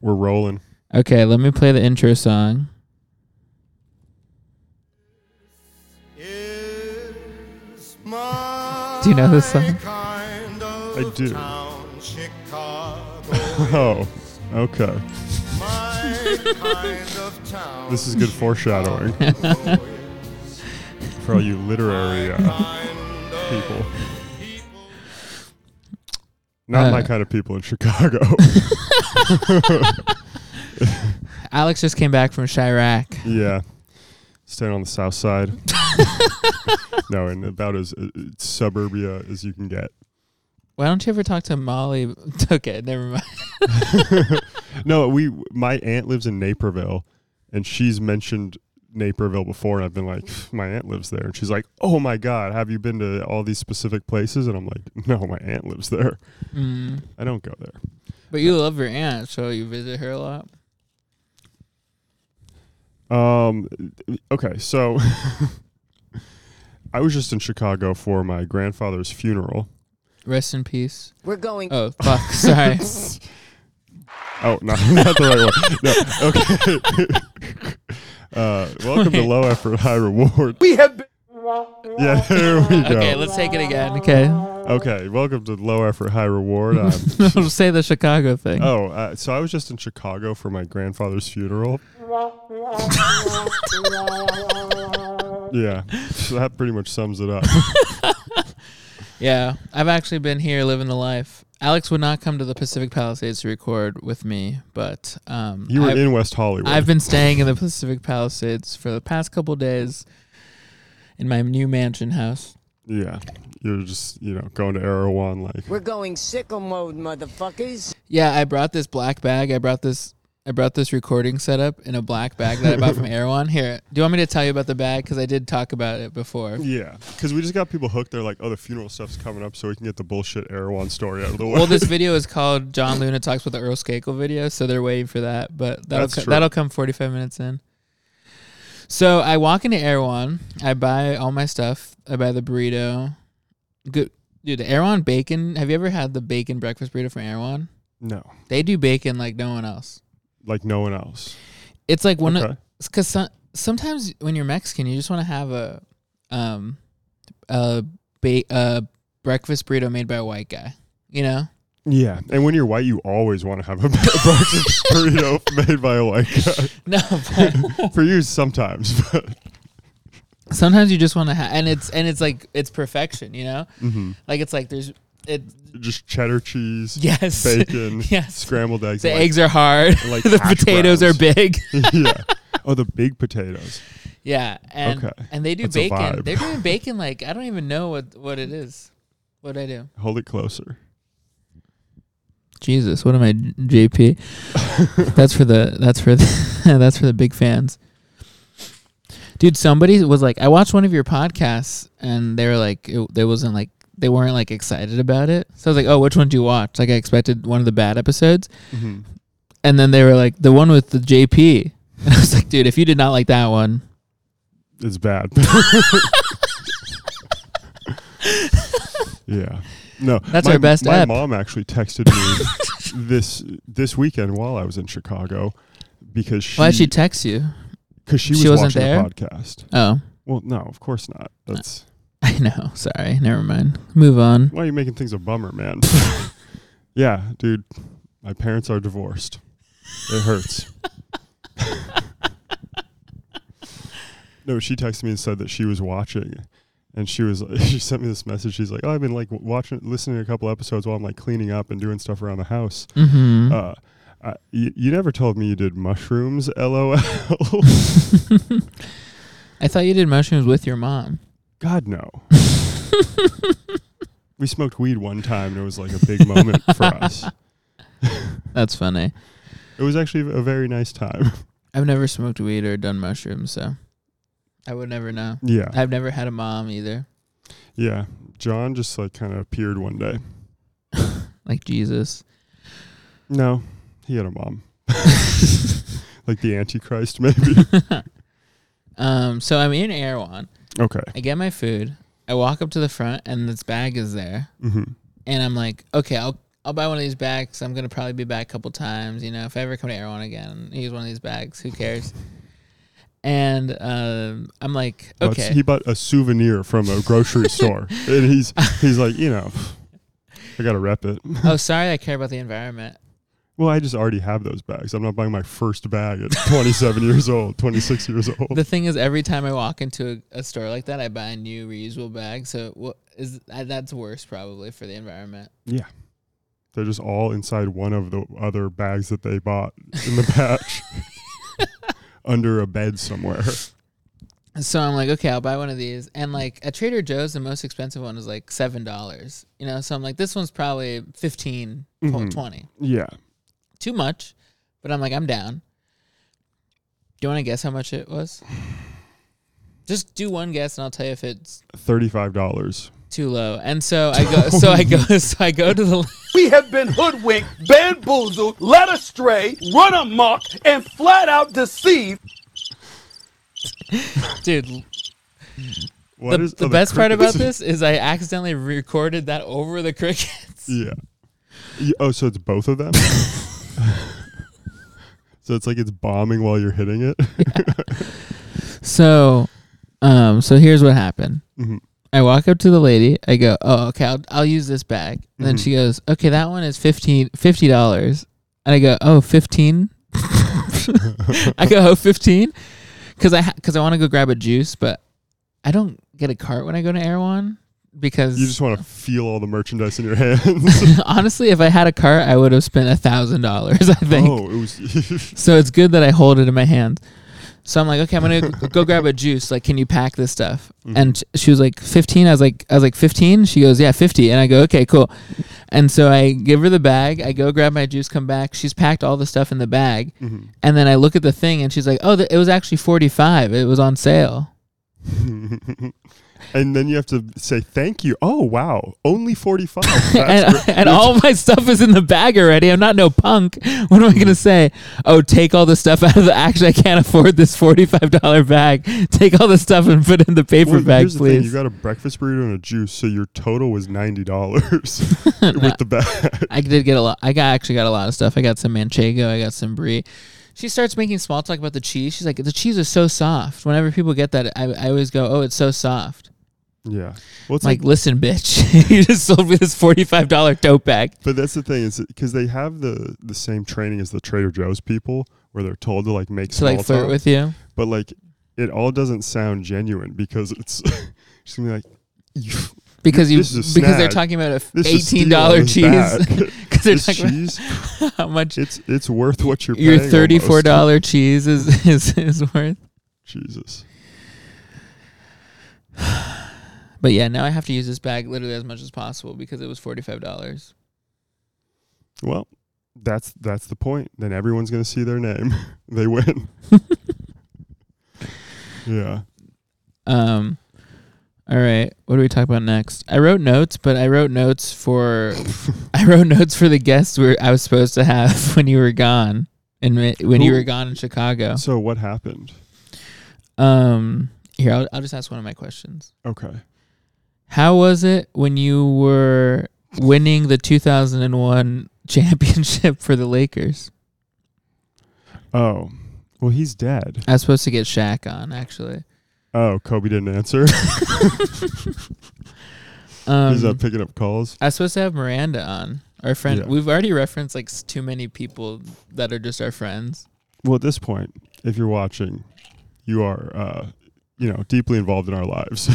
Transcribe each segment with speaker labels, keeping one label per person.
Speaker 1: We're rolling.
Speaker 2: Okay, let me play the intro song.
Speaker 3: Do
Speaker 2: you know this song?
Speaker 1: I do.
Speaker 3: Chicago,
Speaker 1: Oh, okay.
Speaker 3: my kind of town.
Speaker 1: This is good foreshadowing for all you literary uh,
Speaker 3: kind of
Speaker 1: people. Not my
Speaker 2: Uh.
Speaker 1: kind of people in Chicago.
Speaker 2: Alex just came back from Chirac.
Speaker 1: yeah. Staying on the south side. no, and about as uh, uh, suburbia as you can get.
Speaker 2: Why don't you ever talk to Molly? Okay, never mind.
Speaker 1: No, we my aunt lives in Naperville and she's mentioned Naperville before and I've been like, my aunt lives there. And she's like, "Oh my god, have you been to all these specific places?" And I'm like, "No, my aunt lives there.
Speaker 2: Mm.
Speaker 1: I don't go there."
Speaker 2: But you love your aunt, so you visit her a lot.
Speaker 1: Um. Okay, so I was just in Chicago for my grandfather's funeral.
Speaker 2: Rest in peace.
Speaker 4: We're going.
Speaker 2: Oh fuck, sorry.
Speaker 1: Oh, no, not the right one. No. Okay. uh, welcome to
Speaker 2: Wait.
Speaker 1: low effort, high reward.
Speaker 3: We have been.
Speaker 1: Yeah, there we go.
Speaker 2: Okay, let's take it again. Okay,
Speaker 1: Okay, welcome to low effort, high reward. Um,
Speaker 2: say the Chicago thing.
Speaker 1: oh, uh, so I was just in Chicago for my grandfather's funeral. yeah, so that pretty much sums it up.
Speaker 2: Yeah, I've actually been here living the life. Alex would not come to the Pacific Palisades to record with me, but um,
Speaker 1: You were
Speaker 2: I've,
Speaker 1: in West Hollywood.
Speaker 2: I've been staying in the Pacific Palisades for the past couple days in my new mansion house.
Speaker 1: yeah, you're just you know going to Erewhon like.
Speaker 4: We're going sickle mode, motherfuckers.
Speaker 2: Yeah, I brought this black bag. I brought this. I brought this recording setup in a black bag that I bought from Erewhon. Here, do you want me to tell you about the bag? Because I did talk about it before.
Speaker 1: Yeah, because we just got people hooked. They're like, "Oh, the funeral stuff's coming up, so we can get the bullshit Erewhon story out of the way."
Speaker 2: Well, this video is called John Luna talks with the Earl Skakel video, so they're waiting for that. But that'll
Speaker 1: That's
Speaker 2: co-
Speaker 1: true.
Speaker 2: that'll come 45 minutes in. So I walk into Erewhon. I buy all my stuff. I buy the burrito. Good, dude. The Erewhon bacon. Have you ever had the bacon breakfast burrito from Erewhon?
Speaker 1: no,
Speaker 2: They do bacon like no one else.
Speaker 1: like no one else.
Speaker 2: It's like one
Speaker 1: Okay.
Speaker 2: of because some, sometimes when you're Mexican, you just want to have a um a ba- a breakfast burrito made by a white guy. You know.
Speaker 1: Yeah, and when you're white, you always want to have a breakfast burrito made by a white guy.
Speaker 2: No, but
Speaker 1: For you, sometimes, but
Speaker 2: sometimes you just want to have and it's and it's like it's perfection you know like it's like there's it
Speaker 1: just cheddar cheese,
Speaker 2: yes
Speaker 1: bacon,
Speaker 2: yes
Speaker 1: scrambled eggs.
Speaker 2: the
Speaker 1: and,
Speaker 2: eggs are hard
Speaker 1: like
Speaker 2: the
Speaker 1: hash
Speaker 2: potatoes
Speaker 1: browns.
Speaker 2: are big
Speaker 1: like- yeah. Oh, the big potatoes.
Speaker 2: yeah and
Speaker 1: Okay.
Speaker 2: and they do
Speaker 1: That's a
Speaker 2: bacon
Speaker 1: vibe.
Speaker 2: they're doing bacon like i don't even know what what it is what i do
Speaker 1: Hold it closer.
Speaker 2: jesus what am i jp that's for the that's for the that's for the big fans dude somebody was like i watched one of your podcasts and they were like it, there wasn't like they weren't like excited about it so i was like oh which one do you watch like i expected one of the bad episodes
Speaker 1: Mhm.
Speaker 2: and then they were like the one with the jp and i was like dude if you did not like that one
Speaker 1: It's bad. yeah. No.
Speaker 2: That's
Speaker 1: my,
Speaker 2: our best
Speaker 1: My
Speaker 2: app.
Speaker 1: mom actually texted me this this weekend while I was in Chicago because she
Speaker 2: why'd she text you
Speaker 1: because she,
Speaker 2: she
Speaker 1: was
Speaker 2: wasn't
Speaker 1: watching
Speaker 2: there? Uh.
Speaker 1: the podcast.
Speaker 2: oh
Speaker 1: Well, no, of course not. That's
Speaker 2: i know sorry never mind move on
Speaker 1: why are you making things a bummer, man. yeah, dude. My parents are divorced. It hurts. no, she texted me and said that she was watching, and she was she sent me this message. She's like, "Oh, I've been like watching, listening to a couple episodes while I'm like cleaning up and doing stuff around the house."
Speaker 2: mm-hmm.
Speaker 1: Uh, I, you, you never told me you did mushrooms, lol.
Speaker 2: i thought you did mushrooms with your mom
Speaker 1: God no. we smoked weed one time, and it was like a big moment for us.
Speaker 2: that's funny
Speaker 1: It was actually a very nice time.
Speaker 2: I've never smoked weed or done mushrooms, so I would never know.
Speaker 1: Yeah,
Speaker 2: I've never had a mom either,
Speaker 1: yeah. John just like kind of appeared one day.
Speaker 2: like Jesus.
Speaker 1: No, he had a mom, like the Antichrist, maybe.
Speaker 2: um, so I'm in Erewhon.
Speaker 1: okay.
Speaker 2: I get my food. I walk up to the front, and this bag is there,
Speaker 1: Mm-hmm.
Speaker 2: and I'm like, okay, I'll I'll buy one of these bags. I'm gonna probably be back a couple times. You know, if I ever come to Erewhon again, use one of these bags. Who cares? And um, I'm like,
Speaker 1: But
Speaker 2: okay,
Speaker 1: He bought a souvenir from a grocery store, and he's he's like, you know, I gotta rep it.
Speaker 2: oh sorry, I care about the environment.
Speaker 1: Well, I just already have those bags. I'm not buying my first bag at 27 years old, 26 years old.
Speaker 2: The thing is, every time I walk into a, a store like that, I buy a new reusable bag. So what is I, that's worse probably for the environment.
Speaker 1: Yeah, they're just all inside one of the other bags that they bought in the batch, under a bed somewhere.
Speaker 2: So I'm like, okay, I'll buy one of these. And like at Trader Joe's, the most expensive one is like seven dollars. You know, so I'm like, this one's probably 15 tw-
Speaker 1: Mhm.
Speaker 2: 20
Speaker 1: Yeah,
Speaker 2: Too much, but I'm like, I'm down. Do you want to guess how much it was? Just do one guess, and I'll tell you if it's
Speaker 1: thirty-five dollars.
Speaker 2: too low. And so I go, so I go, so I go to the.
Speaker 5: We have been hoodwinked, bamboozled, led astray, run amok, and flat out deceived.
Speaker 2: Dude,
Speaker 1: What
Speaker 2: the,
Speaker 1: is-
Speaker 2: the
Speaker 1: oh,
Speaker 2: best part about
Speaker 1: crickets.
Speaker 2: this is I accidentally recorded that over the crickets.
Speaker 1: Yeah. Y- Oh, so it's both of them? so it's like it's bombing while you're hitting it?
Speaker 2: So, um, so here's what happened.
Speaker 1: Mhm.
Speaker 2: I walk up to the lady. I go, "Oh, okay, I'll, I'll use this bag." And
Speaker 1: Mm-hmm.
Speaker 2: then she goes, "Okay, that one is 15 50 dollars." And I go, "Oh, 15? I go, "Oh, 15? Because I because I want to go grab a juice, but I don't get a cart when I go to Erewhon because
Speaker 1: You just want to feel all the merchandise in your hands.
Speaker 2: honestly, if I had a cart, I would have spent a thousand dollars. I think.
Speaker 1: oh, it was.
Speaker 2: So it's good that I hold it in my hand. So I'm like, okay, I'm gonna g- go grab a juice. Like, can you pack this stuff? And sh- she was like, 15. I was like, I was like, 15. She goes, yeah, 50. And I go, okay, cool. And so I give her the bag. I go grab my juice, come back. She's packed all the stuff in the bag. And then I look at the thing, and she's like, oh, th- it was actually 45. It was on sale.
Speaker 1: and then you have to say thank you. Oh, wow. Only 45. That's
Speaker 2: and,
Speaker 1: great.
Speaker 2: and all my stuff is in the bag already. I'm not no punk. What am I gonna say? Oh, take all the stuff out of the. Actually, I can't afford this forty-five dollar bag. Take all the stuff and put it in the paper
Speaker 1: Well,
Speaker 2: bag,
Speaker 1: here's the thing. You
Speaker 2: please.
Speaker 1: got a breakfast burrito and a juice, so your total was $90 with the bag.
Speaker 2: I did get a lot. I got actually got a lot of stuff. I got some manchego. I got some brie. She starts making small talk about the cheese. She's like, the cheese is so soft. Whenever people get that, I, I always go, oh, it's so soft.
Speaker 1: Yeah. Well, it's
Speaker 2: I'm like, listen, bitch, you just sold me this forty-five dollar tote bag.
Speaker 1: But that's the thing is because they have the the same training as the Trader Joe's people, where they're told to like make
Speaker 2: To
Speaker 1: small
Speaker 2: like flirt
Speaker 1: talk,
Speaker 2: with you.
Speaker 1: But like, it all doesn't sound genuine because it's she's gonna be like, you,
Speaker 2: Because you,
Speaker 1: This is a
Speaker 2: because
Speaker 1: snag.
Speaker 2: they're talking about a f-
Speaker 1: This is
Speaker 2: eighteen
Speaker 1: steel on
Speaker 2: dollar
Speaker 1: this
Speaker 2: cheese.
Speaker 1: bag.
Speaker 2: Because they're
Speaker 1: this
Speaker 2: talking
Speaker 1: cheese,
Speaker 2: about how much
Speaker 1: it's it's worth what you're
Speaker 2: your
Speaker 1: paying
Speaker 2: thirty four
Speaker 1: almost."
Speaker 2: dollar cheese is, is is worth.
Speaker 1: Jesus,
Speaker 2: But yeah, now I have to use this bag literally as much as possible because it was forty five dollars.
Speaker 1: well, that's that's the point. Then everyone's gonna see their name. they win. yeah.
Speaker 2: Um, all right, what do we talk about next? I wrote notes, but I wrote notes for I wrote notes for the guests where I was supposed to have when you were gone and when you
Speaker 1: Who-
Speaker 2: were gone in Chicago.
Speaker 1: So what happened?
Speaker 2: Um, here I'll, I'll just ask one of my questions.
Speaker 1: Okay.
Speaker 2: How was it when you were winning the 2001 championship for the Lakers?
Speaker 1: Oh, well, he's dead.
Speaker 2: I was supposed to get Shaq on actually.
Speaker 1: Oh, Kobe didn't answer.
Speaker 2: Um,
Speaker 1: he's up picking up calls.
Speaker 2: I was supposed to have Miranda on. Our friend.
Speaker 1: Yeah.
Speaker 2: We've already referenced like s- too many people that are just our friends.
Speaker 1: Well, at this point, if you're watching, you are, uh, you know, deeply involved in our lives.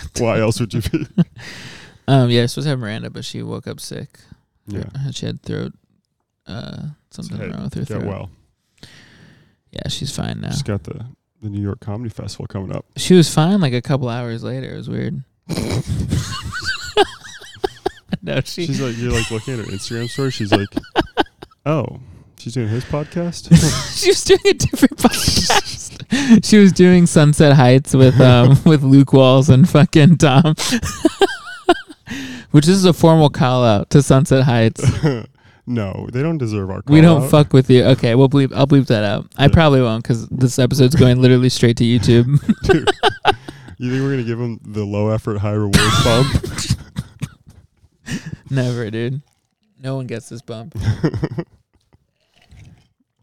Speaker 1: Why else would you be?
Speaker 2: um, yeah, I was supposed to have Miranda, but she woke up sick.
Speaker 1: Yeah.
Speaker 2: Uh, She had throat. Uh, something
Speaker 1: Hey,
Speaker 2: wrong with her
Speaker 1: Get
Speaker 2: throat.
Speaker 1: well.
Speaker 2: Yeah, she's fine now.
Speaker 1: Just got the the New York Comedy Festival coming up.
Speaker 2: She was fine like a couple hours later. It was weird. no, she
Speaker 1: She's like, you're like looking at her Instagram story. She's like, oh, she's doing his podcast.
Speaker 2: she was doing a different podcast. she was doing Sunset Heights with um with Luke Walls and fucking Tom. Which this is a formal call out to Sunset Heights.
Speaker 1: no, they don't deserve our. Call
Speaker 2: We don't
Speaker 1: out.
Speaker 2: fuck with you. Okay, we'll bleep. I'll bleep that out. I probably won't because this episode's going literally straight to YouTube.
Speaker 1: You think we're gonna give them the low effort, high reward bump?
Speaker 2: Never, dude. No one gets this bump.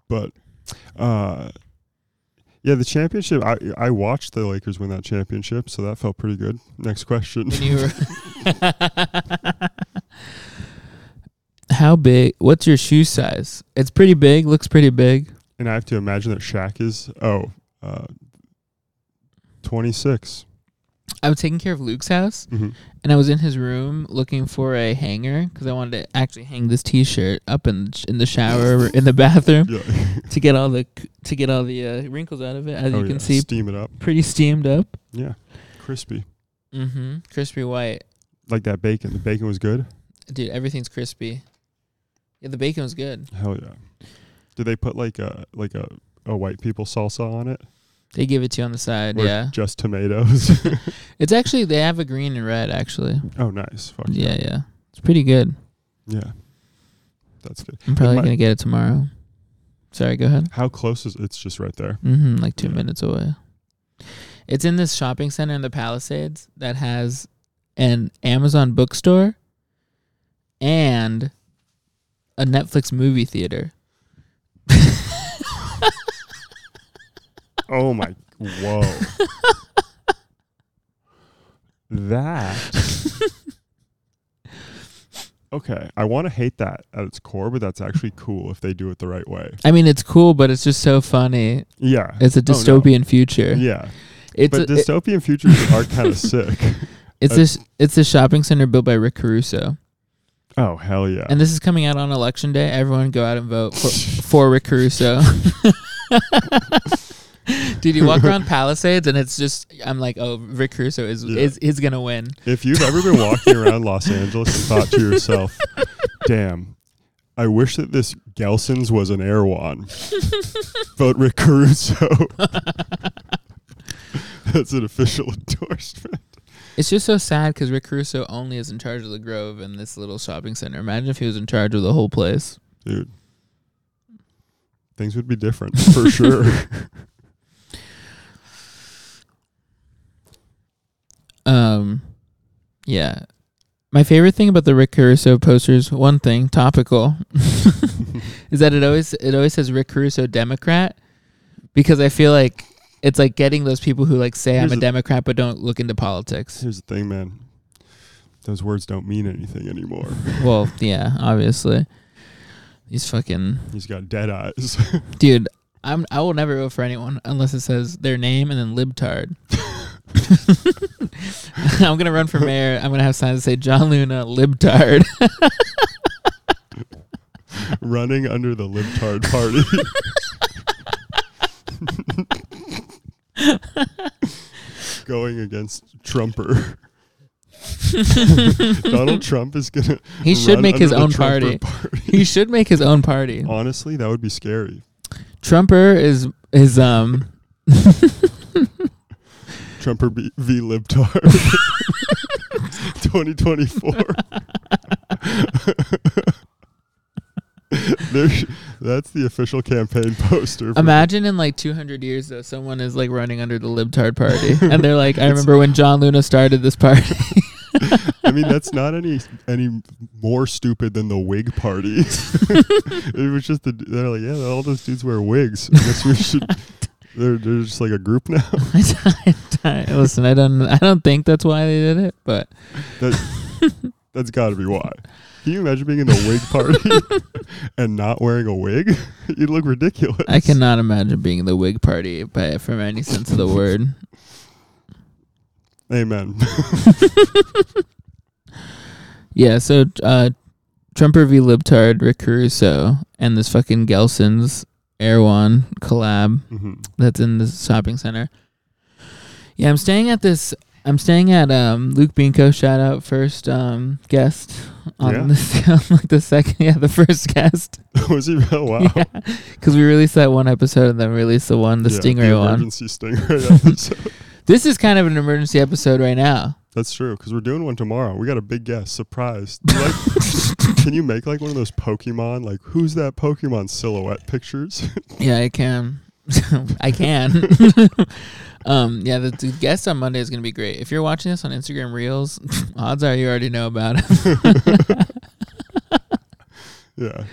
Speaker 1: but uh yeah, the championship. I I watched the Lakers win that championship, so that felt pretty good. Next question.
Speaker 2: when you were How big? What's your shoe size? It's pretty big. Looks pretty big.
Speaker 1: and I have to imagine that Shaq is oh uh 26.
Speaker 2: I was taking care of Luke's house,
Speaker 1: Mhm.
Speaker 2: and I was in his room looking for a hanger because I wanted to actually hang this T-shirt up in in the shower or in the bathroom
Speaker 1: Yeah.
Speaker 2: to get all the to get all the uh, wrinkles out of it. As
Speaker 1: Oh,
Speaker 2: you can
Speaker 1: yeah.
Speaker 2: see,
Speaker 1: steam it up.
Speaker 2: pretty steamed up.
Speaker 1: Yeah. Crispy.
Speaker 2: Mm-hmm. Crispy white,
Speaker 1: Like that bacon. The bacon was good.
Speaker 2: dude. Everything's crispy. Yeah, the bacon was good.
Speaker 1: Hell yeah. Did they put like a like a a white people salsa on it?
Speaker 2: They give it to you on the side.
Speaker 1: Or
Speaker 2: yeah,
Speaker 1: Just tomatoes.
Speaker 2: it's actually they have a green and red actually.
Speaker 1: oh, nice. Fuck
Speaker 2: Yeah, yeah, it's pretty good.
Speaker 1: Yeah. That's good.
Speaker 2: I'm probably
Speaker 1: my-
Speaker 2: gonna get it tomorrow. Sorry, go ahead.
Speaker 1: How close is it's just right there?
Speaker 2: Mm-hmm, like two
Speaker 1: Yeah.
Speaker 2: minutes away. It's in this shopping center in the Palisades that has an Amazon bookstore and a Netflix movie theater.
Speaker 1: Oh my whoa. that Okay, I want to hate that at its core, but that's actually cool if they do it the right way.
Speaker 2: I mean, it's cool, but it's just so funny.
Speaker 1: Yeah.
Speaker 2: It's a
Speaker 1: Oh, no.
Speaker 2: dystopian future.
Speaker 1: Yeah.
Speaker 2: It's
Speaker 1: But uh,
Speaker 2: a, it-
Speaker 1: dystopian futures are kind of sick.
Speaker 2: it's this it's a shopping center built by Rick Caruso,
Speaker 1: Oh, hell yeah.
Speaker 2: and this is coming out on election day. Everyone go out and vote for, for Rick Caruso. Dude, you walk around Palisades and it's just I'm like, oh, Rick Caruso is
Speaker 1: Yeah.
Speaker 2: is is gonna win.
Speaker 1: If you've ever been walking around Los Angeles and thought to yourself, damn, I wish that this Gelson's was an Erewhon, vote Rick Caruso. That's an official endorsement.
Speaker 2: It's just so sad because Rick Caruso only is in charge of the Grove and this little shopping center. Imagine if he was in charge of the whole place.
Speaker 1: Dude, things would be different for sure.
Speaker 2: Um, yeah. My favorite thing about the Rick Caruso posters, one thing topical, is that it always it always says Rick Caruso Democrat, because I feel like it's like getting those people who like say
Speaker 1: Here's
Speaker 2: I'm a
Speaker 1: the-
Speaker 2: Democrat but don't look into politics.
Speaker 1: Here's the thing, man. Those words don't mean anything anymore.
Speaker 2: Well, yeah, obviously. These fucking
Speaker 1: He's got dead eyes.
Speaker 2: Dude, I'm I will never vote for anyone unless it says their name and then libtard. I'm gonna run for mayor. I'm gonna have signs that say John Luna libtard.
Speaker 1: running under the libtard party. Going against Trumper. Donald Trump is gonna.
Speaker 2: He should
Speaker 1: run
Speaker 2: make his
Speaker 1: under
Speaker 2: own
Speaker 1: the Trumper
Speaker 2: party. he should make his own party.
Speaker 1: Honestly, that would be scary.
Speaker 2: Trumper is is um
Speaker 1: Trumper B- v libtard. 2024. There sh- that's the official campaign poster. for-
Speaker 2: imagine in like 200 years though someone is like running under the libtard party and they're like I remember when John Luna started this party.
Speaker 1: I mean, that's not any any more stupid than the wig party. it was just the, they're like, yeah, all those dudes wear wigs. I guess we should. They're they're just like a group now.
Speaker 2: I- I- Listen, I don't I don't think that's why they did it, but
Speaker 1: That that's got to be why. Can you imagine being in the wig party and not wearing a wig? You'd look ridiculous.
Speaker 2: I cannot imagine being the Whig Party, but from any sense of the word.
Speaker 1: Amen.
Speaker 2: Yeah, so uh, Trumper v. Libtard, Rick Caruso, and this fucking Gelson's Erewhon collab
Speaker 1: Mhm.
Speaker 2: that's in the shopping center. Yeah, I'm staying at this. I'm staying at um, Luke Binko. Shout out first um, guest on
Speaker 1: Yeah.
Speaker 2: this. like the second, yeah, the first guest
Speaker 1: Was he? Oh wow.
Speaker 2: because we released that one episode and then released the one, the
Speaker 1: Yeah,
Speaker 2: Stingray one.
Speaker 1: Emergency stingray. episode.
Speaker 2: This is kind of an emergency episode right now.
Speaker 1: That's true because we're doing one tomorrow. We got a big guest surprise. Do you like- can you make like one of those Pokemon like who's that Pokemon silhouette pictures?
Speaker 2: Yeah, I can. I can. um, yeah, the, the guest on Monday is going to be great. If you're watching this on Instagram Reels, odds are you already know about it.
Speaker 1: Yeah.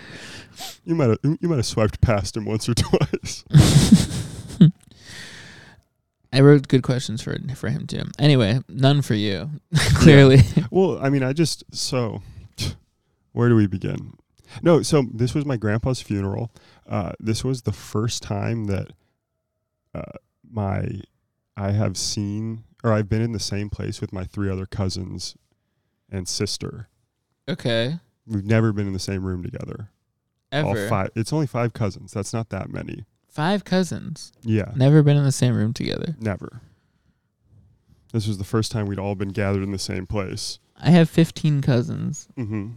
Speaker 1: You might have you might have swiped past him once or twice.
Speaker 2: I wrote good questions for for him too. Anyway, none for you. Clearly,
Speaker 1: well, I mean, I just so where do we begin? No, so this was my grandpa's funeral. Uh, this was the first time that uh, my I have seen or I've been in the same place with my three other cousins and sister.
Speaker 2: okay.
Speaker 1: We've never been in the same room together.
Speaker 2: Ever
Speaker 1: All five. It's only five cousins. That's not that many.
Speaker 2: Five cousins
Speaker 1: Yeah.
Speaker 2: never been in the same room together.
Speaker 1: Never. This was the first time we'd all been gathered in the same place.
Speaker 2: I have fifteen cousins.
Speaker 1: Mm-hmm.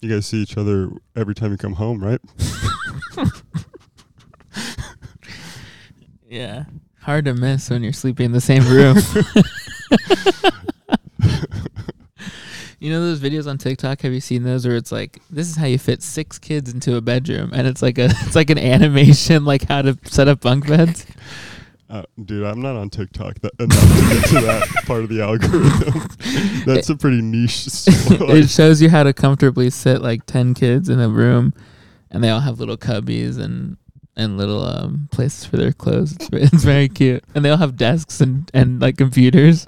Speaker 1: You guys see each other every time you come home, right?
Speaker 2: Yeah, hard to miss when you're sleeping in the same room. you know those videos on TikTok? Have you seen those where it's like this is how you fit six kids into a bedroom, and it's like a it's like an animation like how to set up bunk beds.
Speaker 1: Uh, dude, I'm not on TikTok that enough to get to that part of the algorithm. That's a pretty niche. s- like-
Speaker 2: it shows you how to comfortably sit like 10 kids in a room and they all have little cubbies and and little um places for their clothes it's, ve- it's very cute and they all have desks and and like computers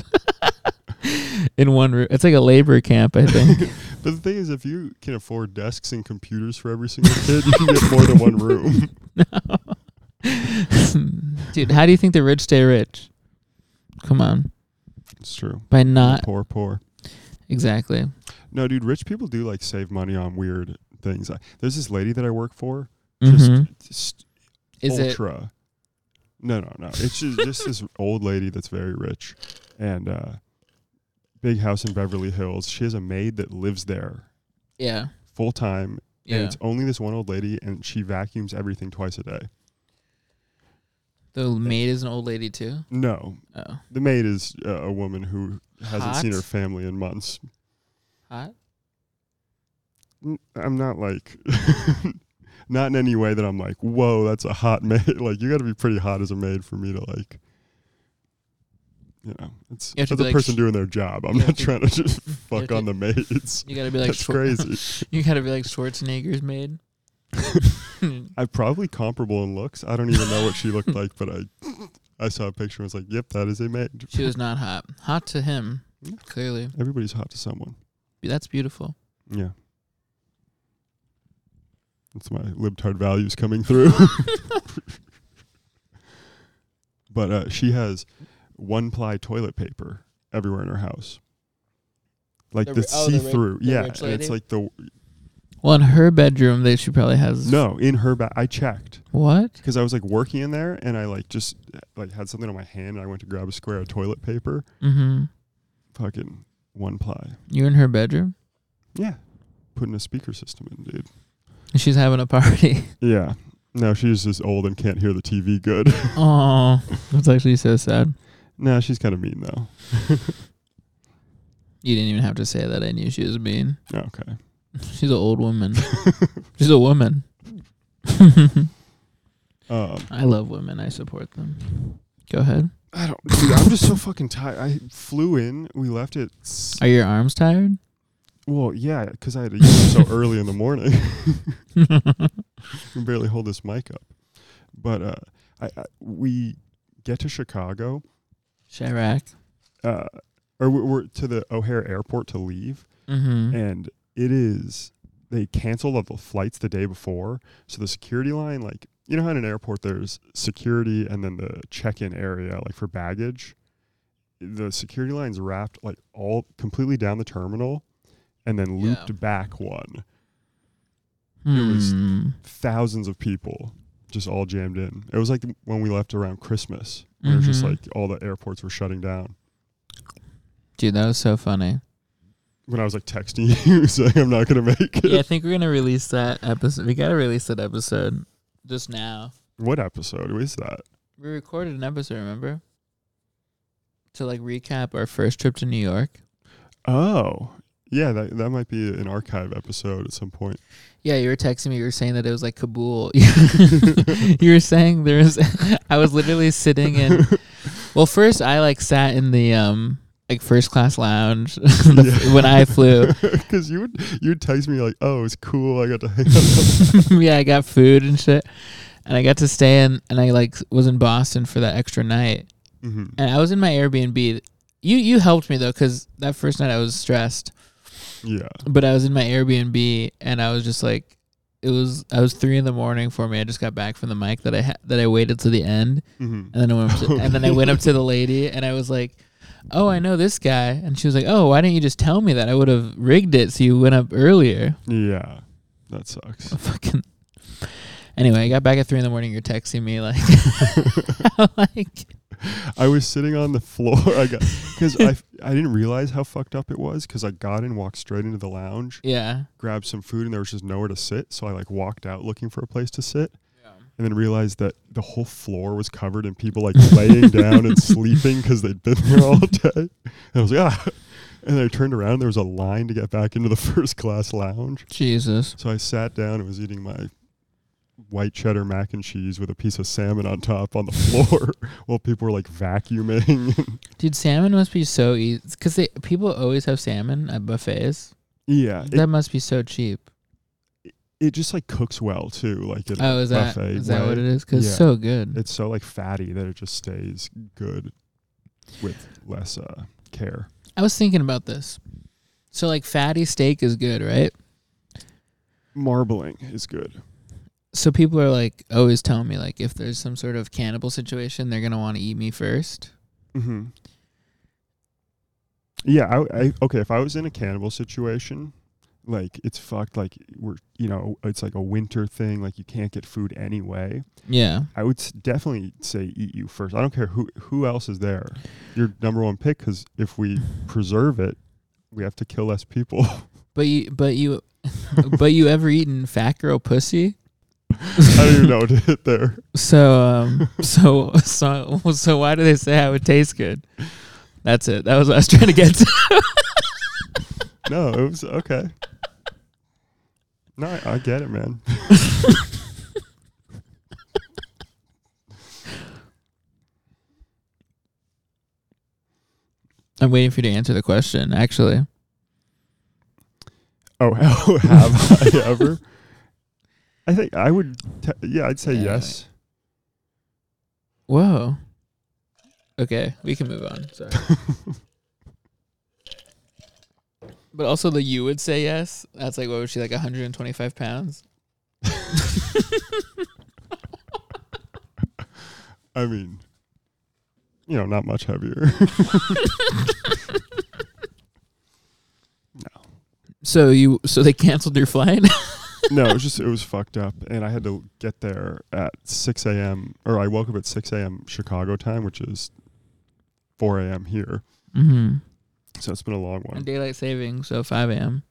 Speaker 2: in one room it's like a labor camp i think
Speaker 1: but the thing is, if you can afford desks and computers for every single kid, you can get more than one room.
Speaker 2: dude how do you think the rich stay rich come on
Speaker 1: It's true.
Speaker 2: by not
Speaker 1: poor, poor.
Speaker 2: exactly
Speaker 1: No, dude, rich people do like save money on weird things. I, there's this lady that I work for.
Speaker 2: Mhm.
Speaker 1: Just, just
Speaker 2: is it
Speaker 1: ultra. No, no, no. It's just, just this old lady that's very rich and uh, big house in Beverly Hills. She has a maid that lives there
Speaker 2: yeah
Speaker 1: full time. And
Speaker 2: yeah
Speaker 1: it's only this one old lady, and she vacuums everything twice a day.
Speaker 2: the maid is an old lady too
Speaker 1: No,
Speaker 2: oh
Speaker 1: the maid is uh, a woman who hasn't seen
Speaker 2: Hot?
Speaker 1: her family in months.
Speaker 2: hot
Speaker 1: N- I'm not like, not in any way that I'm like, whoa, that's a hot maid. like, you got to be pretty hot as a maid for me to like, you know, it's
Speaker 2: You
Speaker 1: that's
Speaker 2: have to
Speaker 1: a
Speaker 2: be like
Speaker 1: person
Speaker 2: sh-
Speaker 1: doing their job. I'm
Speaker 2: you have
Speaker 1: not
Speaker 2: to-
Speaker 1: trying to just
Speaker 2: have
Speaker 1: fuck
Speaker 2: to-
Speaker 1: on the maids.
Speaker 2: you gotta be like
Speaker 1: that's
Speaker 2: Schwar-
Speaker 1: crazy.
Speaker 2: you gotta be like schwarzenegger's maid
Speaker 1: I'm probably comparable in looks. I don't even know what she looked like, but I, I saw a picture and was like, yep, that is a maid.
Speaker 2: She was not hot. Hot to him,
Speaker 1: Yeah.
Speaker 2: clearly.
Speaker 1: Everybody's hot to someone.
Speaker 2: That's beautiful.
Speaker 1: Yeah. That's my libtard values coming through. but uh, she has one ply toilet paper everywhere in her house. Like
Speaker 2: The
Speaker 1: the,
Speaker 2: ri- oh, the
Speaker 1: see
Speaker 2: ri-
Speaker 1: through.
Speaker 2: the
Speaker 1: yeah.
Speaker 2: rich
Speaker 1: and it's
Speaker 2: lady?
Speaker 1: like the.
Speaker 2: Well, in her bedroom, that she probably has.
Speaker 1: No, in her back. I checked
Speaker 2: What?
Speaker 1: because I was like working in there and I like just like had something on my hand and I went to grab a square of toilet paper.
Speaker 2: Mm-hmm.
Speaker 1: Fucking one ply.
Speaker 2: You're in her bedroom.
Speaker 1: Yeah. Putting a speaker system in, dude.
Speaker 2: And She's having a party.
Speaker 1: Yeah. No, she's just old and can't hear the TV good.
Speaker 2: oh, that's actually so sad.
Speaker 1: nah, she's kind of mean though.
Speaker 2: You didn't even have to say that. I knew she was mean.
Speaker 1: Okay.
Speaker 2: She's an old woman. She's a woman.
Speaker 1: Um,
Speaker 2: I love women. I support them. Go ahead.
Speaker 1: I don't. Dude, I'm just so fucking tired. I flew in. We left at. s-
Speaker 2: Are your arms tired?
Speaker 1: Well, yeah, because I had to use them so early in the morning. I can barely hold this mic up. But uh, I, I we get to Chicago,
Speaker 2: Chirac.
Speaker 1: uh, or we- we're to the O'Hare Airport to leave,
Speaker 2: Mm-hmm.
Speaker 1: and it is they canceled all the flights the day before so the security line like you know how in an airport there's security and then the check-in area like for baggage the security line's wrapped like all completely down the terminal and then
Speaker 2: Yeah.
Speaker 1: looped back one it was-
Speaker 2: Hmm.
Speaker 1: thousands of people just all jammed in it was like when we left around christmas when it was just
Speaker 2: Mhm.
Speaker 1: like all the airports were shutting down
Speaker 2: Dude, that was so funny.
Speaker 1: when i was like texting you saying i'm not gonna make it
Speaker 2: yeah, I think we're gonna release that episode. We gotta release that episode just now.
Speaker 1: what episode was that
Speaker 2: We recorded an episode, remember? To like recap our first trip to New York.
Speaker 1: Oh, yeah, that that might be an archive episode at some point.
Speaker 2: Yeah, you were texting me. You were saying that it was like Kabul. you were saying there was. I was literally sitting in. Well, first I like sat in the um like first class lounge the-
Speaker 1: Yeah.
Speaker 2: when I flew.
Speaker 1: Because you would you would text me like, "Oh, it's cool. I got to hang out."
Speaker 2: yeah, I got food and shit, and I got to stay in. And I like was in Boston for that extra night,
Speaker 1: Mhm.
Speaker 2: and I was in my Airbnb. You you helped me though, because that first night I was stressed,
Speaker 1: yeah,
Speaker 2: but I was in my Airbnb and I was just like, it was I was three in the morning for me. I just got back from the mic that I ha- that I waited to the end,
Speaker 1: Mhm.
Speaker 2: and then I went up to, and then I went up to the lady and I was like. Oh, I know this guy, and she was like, "Oh, why didn't you just tell me that? I would have rigged it so you went up earlier."
Speaker 1: yeah. That sucks.
Speaker 2: fucking anyway i got back at three in the morning you're texting me like like
Speaker 1: I was sitting on the floor. I got because I I didn't realize how fucked up it was because I got in, walked straight into the lounge,
Speaker 2: yeah
Speaker 1: grabbed some food, and there was just nowhere to sit. So I like walked out looking for a place to sit. And then realized that the whole floor was covered in people like laying down and sleeping because they'd been there all day. And I was like, ah. And I turned around. There was a line to get back into the first class lounge.
Speaker 2: jesus
Speaker 1: So I sat down and was eating my white cheddar mac and cheese with a piece of salmon on top on the floor while people were like vacuuming.
Speaker 2: dude salmon must be so easy because they people always have salmon at buffets
Speaker 1: yeah. Uh, It,
Speaker 2: that must be so cheap
Speaker 1: it just like cooks well too. Like in
Speaker 2: oh
Speaker 1: a
Speaker 2: is that
Speaker 1: buffet
Speaker 2: is that what
Speaker 1: way.
Speaker 2: it is because
Speaker 1: Yeah.
Speaker 2: it's so good
Speaker 1: It's so like fatty that it just stays good with less uh, care.
Speaker 2: i was thinking about this so like fatty steak is good right
Speaker 1: Marbling is good.
Speaker 2: so people are like always telling me like if there's some sort of cannibal situation they're gonna want to eat me first
Speaker 1: Mm-hmm. Yeah. I, I, okay. If I was in a cannibal situation, like it's fucked. Like we're, you know, it's like a winter thing. Like you can't get food anyway.
Speaker 2: yeah
Speaker 1: I would s- definitely say eat you first. I don't care who who else is there. Your number one pick because if we preserve it, we have to kill less people.
Speaker 2: But you, but you, but you ever eaten fat girl pussy?
Speaker 1: I don't even know what to hit there.
Speaker 2: So, um, so, so, so, why do they say how it tastes good? That's it. That was what I was trying to get to.
Speaker 1: No, it was okay. No, I, I get it, man.
Speaker 2: I'm waiting for you to answer the question. Actually,
Speaker 1: Oh, how have I ever? I think I would. T- yeah, I'd say
Speaker 2: Yeah.
Speaker 1: yes.
Speaker 2: whoa. Okay, we can move on. Sorry. but also, the you would say yes. That's like what was she like 125 pounds?
Speaker 1: I mean, you know, not much heavier.
Speaker 2: So you, so they canceled your flight.
Speaker 1: no, it was just it was fucked up, and I had to get there at six a.m. or I woke up at six a.m. Chicago time, which is four a.m. here.
Speaker 2: mm-hmm.
Speaker 1: So it's been a long one.
Speaker 2: daylight savings, so 5 a.m.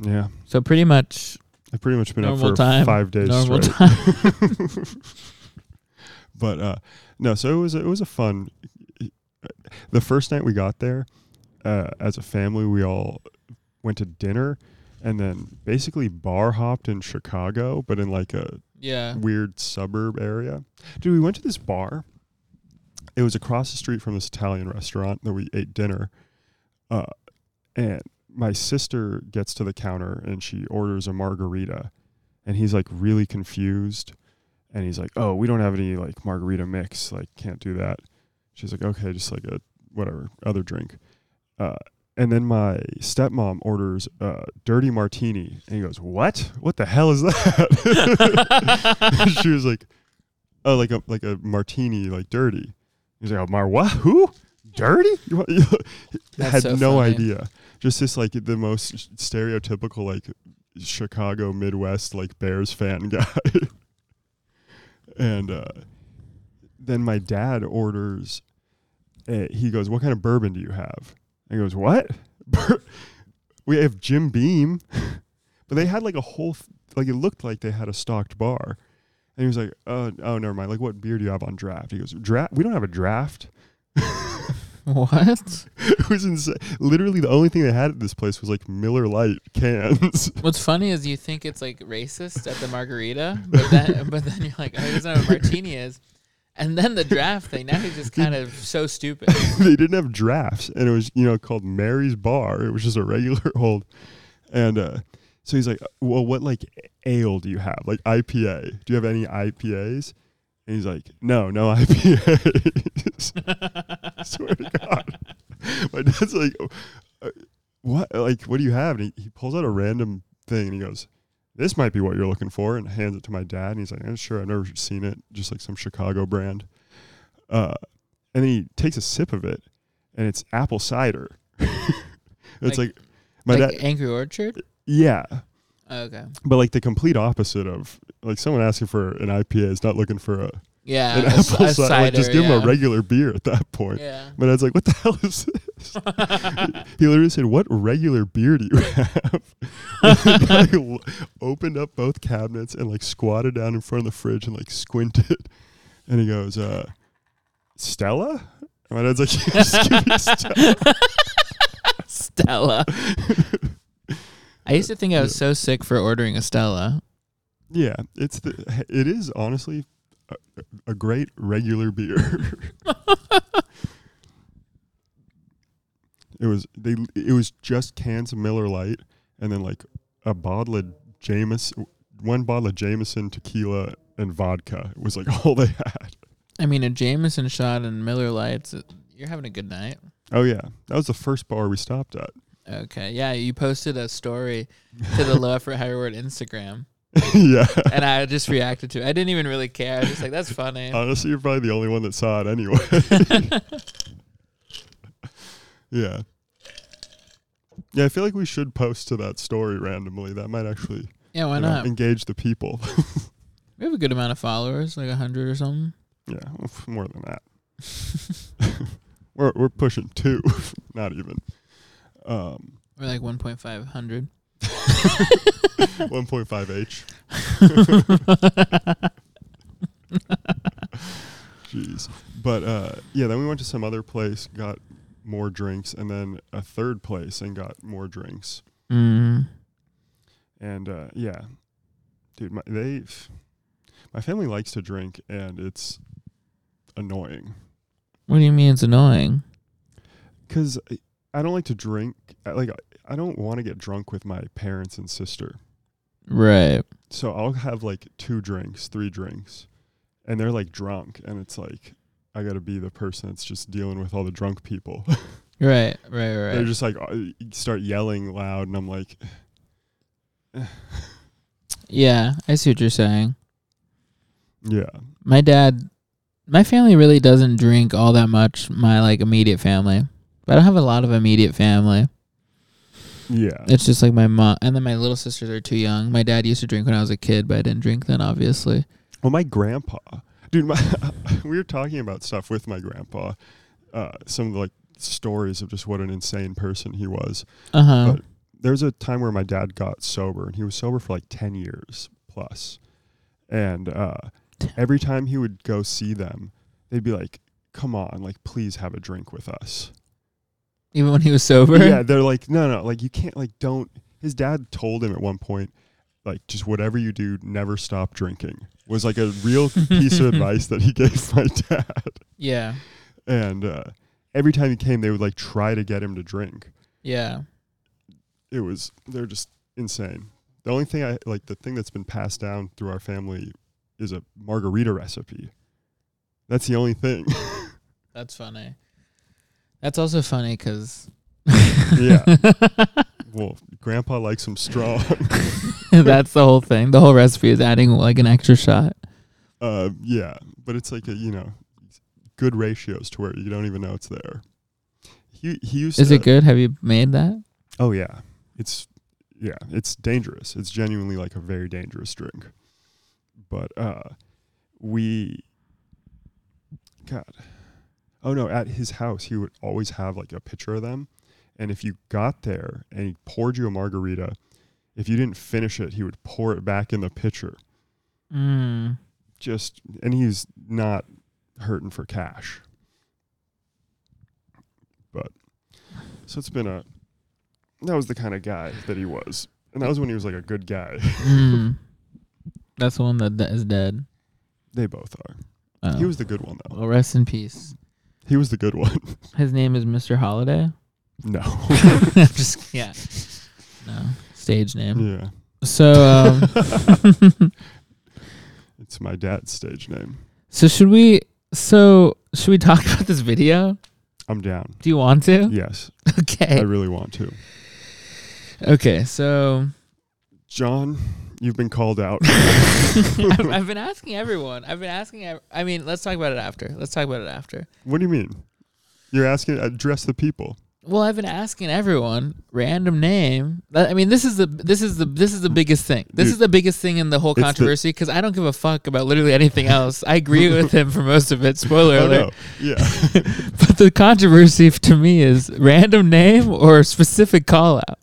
Speaker 1: Yeah,
Speaker 2: So pretty much
Speaker 1: I've pretty much been
Speaker 2: Normal
Speaker 1: up for
Speaker 2: time.
Speaker 1: five days
Speaker 2: normal
Speaker 1: straight.
Speaker 2: time.
Speaker 1: but uh, no, so it was it was a fun. The first night we got there, uh, as a family, we all went to dinner, and then basically bar hopped in Chicago, but in like a
Speaker 2: Yeah.
Speaker 1: weird suburb area. Dude, we went to this bar. It was across the street from this Italian restaurant that we ate dinner. Uh, and my sister gets to the counter and she orders a margarita. And he's like really confused. And he's like, oh, we don't have any like margarita mix. Like, can't do that. She's like, okay, just like a whatever, other drink. Uh, and then my stepmom orders a dirty martini. And he goes, what? What the hell is that? she was like, "Oh, like a like a martini, like dirty." He's like, "Oh, mar what? Who? Dirty?" You want- you-
Speaker 2: That's
Speaker 1: had
Speaker 2: so
Speaker 1: no
Speaker 2: funny.
Speaker 1: idea. Just this like the most stereotypical like Chicago Midwest like Bears fan guy. and uh, then my dad orders. A, he goes, "What kind of bourbon do you have?" And he goes, "What? Bur- we have Jim Beam." But they had like a whole, th- like it looked like they had a stocked bar. And he was like, oh, oh, never mind. Like, what beer do you have on draft? He goes, draft? We don't have a draft.
Speaker 2: What?
Speaker 1: it was insane. Literally, the only thing they had at this place was like Miller Lite cans.
Speaker 2: What's funny is you think it's like racist at the margarita, but then but then you're like, oh, he doesn't know what martini is. And then the draft thing. Now he's just kind of so stupid.
Speaker 1: they didn't have drafts, and it was you know called Mary's Bar. It was just a regular old, and uh, so he's like, "Well, what like ale do you have? Like IPA? Do you have any IPAs?" And he's like, "No, no IPAs." Swear to God, my dad's like, "Uh, "What? Like, what do you have?" And he, he pulls out a random thing, and he goes. This might be what you're looking for, and hands it to my dad. And he's like, "Eh, "Sure, I've never seen it. Just like some Chicago brand." Uh, and then he takes a sip of it, and it's apple cider. it's like,
Speaker 2: Like-
Speaker 1: my
Speaker 2: like
Speaker 1: dad,
Speaker 2: Angry Orchard. Oh,
Speaker 1: yeah,
Speaker 2: Okay.
Speaker 1: but like the complete opposite of like someone asking for an IPA is not looking for a
Speaker 2: Yeah.
Speaker 1: an
Speaker 2: a s-
Speaker 1: apple
Speaker 2: a
Speaker 1: cider. Like, just give him a regular beer at that point.
Speaker 2: Yeah.
Speaker 1: My dad's like, "What the hell is this?" he literally said, "What regular beer do you have?" And the guy l- opened up both cabinets and like squatted down in front of the fridge and like squinted, and he goes, uh, "Stella." And my dad's like, "Yeah, just give me Stella."
Speaker 2: Stella. I used to think I was so sick for ordering a Stella.
Speaker 1: Yeah, it's the it is honestly a, a great regular beer. it was they it was just cans of Miller Lite and then like a bottle of James one bottle of Jameson tequila and vodka was like all they had.
Speaker 2: I mean, a Jameson shot and Miller Lights. uh, You're having a good night.
Speaker 1: Oh yeah, that was the first bar we stopped at.
Speaker 2: Okay. Yeah, you posted a story to the Love for Higher Word Instagram,
Speaker 1: yeah.
Speaker 2: and I just reacted to it. I didn't even really care. I was just like, that's funny.
Speaker 1: Honestly, you're probably the only one that saw it anyway. yeah. Yeah, I feel like we should post to that story randomly. That might actually
Speaker 2: yeah, why
Speaker 1: you know,
Speaker 2: not?
Speaker 1: engage the people.
Speaker 2: We have a good amount of followers, like 100 or something.
Speaker 1: yeah, well, f- more than that. we're we're pushing two, not even. Um,
Speaker 2: Or like 1.500.
Speaker 1: 1.5h. Jeez. But uh, yeah, then we went to some other place, got more drinks, and then a third place and got more drinks.
Speaker 2: Mm.
Speaker 1: And uh, yeah, dude, my, they, my family likes to drink, and it's annoying
Speaker 2: What do you mean it's annoying?
Speaker 1: because I don't like to drink. I- Like, I don't want to get drunk with my parents and sister.
Speaker 2: Right.
Speaker 1: so I'll have like two drinks, three drinks, and they're like drunk, and it's like I gotta be the person that's just dealing with all the drunk people.
Speaker 2: Right, right, right.
Speaker 1: they're just like uh, you start yelling loud, and I'm like,
Speaker 2: yeah, I see what you're saying.
Speaker 1: yeah,
Speaker 2: My dad, my family really doesn't drink all that much, my like immediate family. But I don't have a lot of immediate family.
Speaker 1: yeah,
Speaker 2: It's just like my mom, and then my little sisters are too young. My dad used to drink when I was a kid, but I didn't drink then, obviously.
Speaker 1: Well, my grandpa, dude, my, we were talking about stuff with my grandpa, uh, some of the, like stories of just what an insane person he was.
Speaker 2: Uh huh.
Speaker 1: But there was a time where my dad got sober, and he was sober for like ten years plus. And uh, every time he would go see them, they'd be like, "Come on, like please have a drink with us."
Speaker 2: Even when he was sober.
Speaker 1: Yeah, they're like, "No, no, like you can't, like don't." His dad told him at one point, like, "Just whatever you do, never stop drinking." Was like a real piece of advice that he gave my dad.
Speaker 2: Yeah.
Speaker 1: And uh, every time he came, they would like try to get him to drink.
Speaker 2: Yeah.
Speaker 1: it was they're just insane. The only thing I like the thing that's been passed down through our family is a margarita recipe. That's the only thing.
Speaker 2: That's funny. That's also funny because
Speaker 1: yeah. Well, grandpa likes them strong.
Speaker 2: that's the whole thing. The whole recipe is adding like an extra shot.
Speaker 1: Uh, yeah, but it's like a, you know, good ratios to where you don't even know it's there. He he used
Speaker 2: Is
Speaker 1: to,
Speaker 2: it good? Have you made that?
Speaker 1: Oh yeah. It's yeah, it's dangerous. It's genuinely like a very dangerous drink. But uh we God. Oh no, at his house he would always have like a picture of them. And if you got there and he poured you a margarita, if you didn't finish it, he would pour it back in the pitcher.
Speaker 2: Mm.
Speaker 1: Just and he's not hurting for cash. But so it's been a that was the kind of guy that he was. And that was when he was like a good guy.
Speaker 2: Mm. That's the one that, that is dead.
Speaker 1: they both are.
Speaker 2: Oh,
Speaker 1: He was the good one though.
Speaker 2: Well, rest in peace.
Speaker 1: He was the good one.
Speaker 2: His name is Mr. Holiday.
Speaker 1: no.
Speaker 2: I'm just yeah. No stage name.
Speaker 1: yeah.
Speaker 2: So um,
Speaker 1: It's my dad's stage name.
Speaker 2: so should we so should we talk about this video?
Speaker 1: I'm down.
Speaker 2: Do you want to?
Speaker 1: Yes, I
Speaker 2: Okay.
Speaker 1: really want to.
Speaker 2: Okay. So
Speaker 1: John, you've been called out.
Speaker 2: I've, I've been asking everyone. I've been asking. ev- I mean, let's talk about it after. Let's talk about it after.
Speaker 1: what do you mean? You're asking address the people.
Speaker 2: Well, I've been asking everyone random name. That- I mean, this is the this is the this is the biggest thing. This
Speaker 1: Dude.
Speaker 2: is the biggest thing in the whole
Speaker 1: the-
Speaker 2: controversy because I don't give a fuck about literally anything else. I agree with him for most of it. Spoiler
Speaker 1: Oh
Speaker 2: alert.
Speaker 1: no. Yeah.
Speaker 2: But the controversy f- to me is random name or specific call out,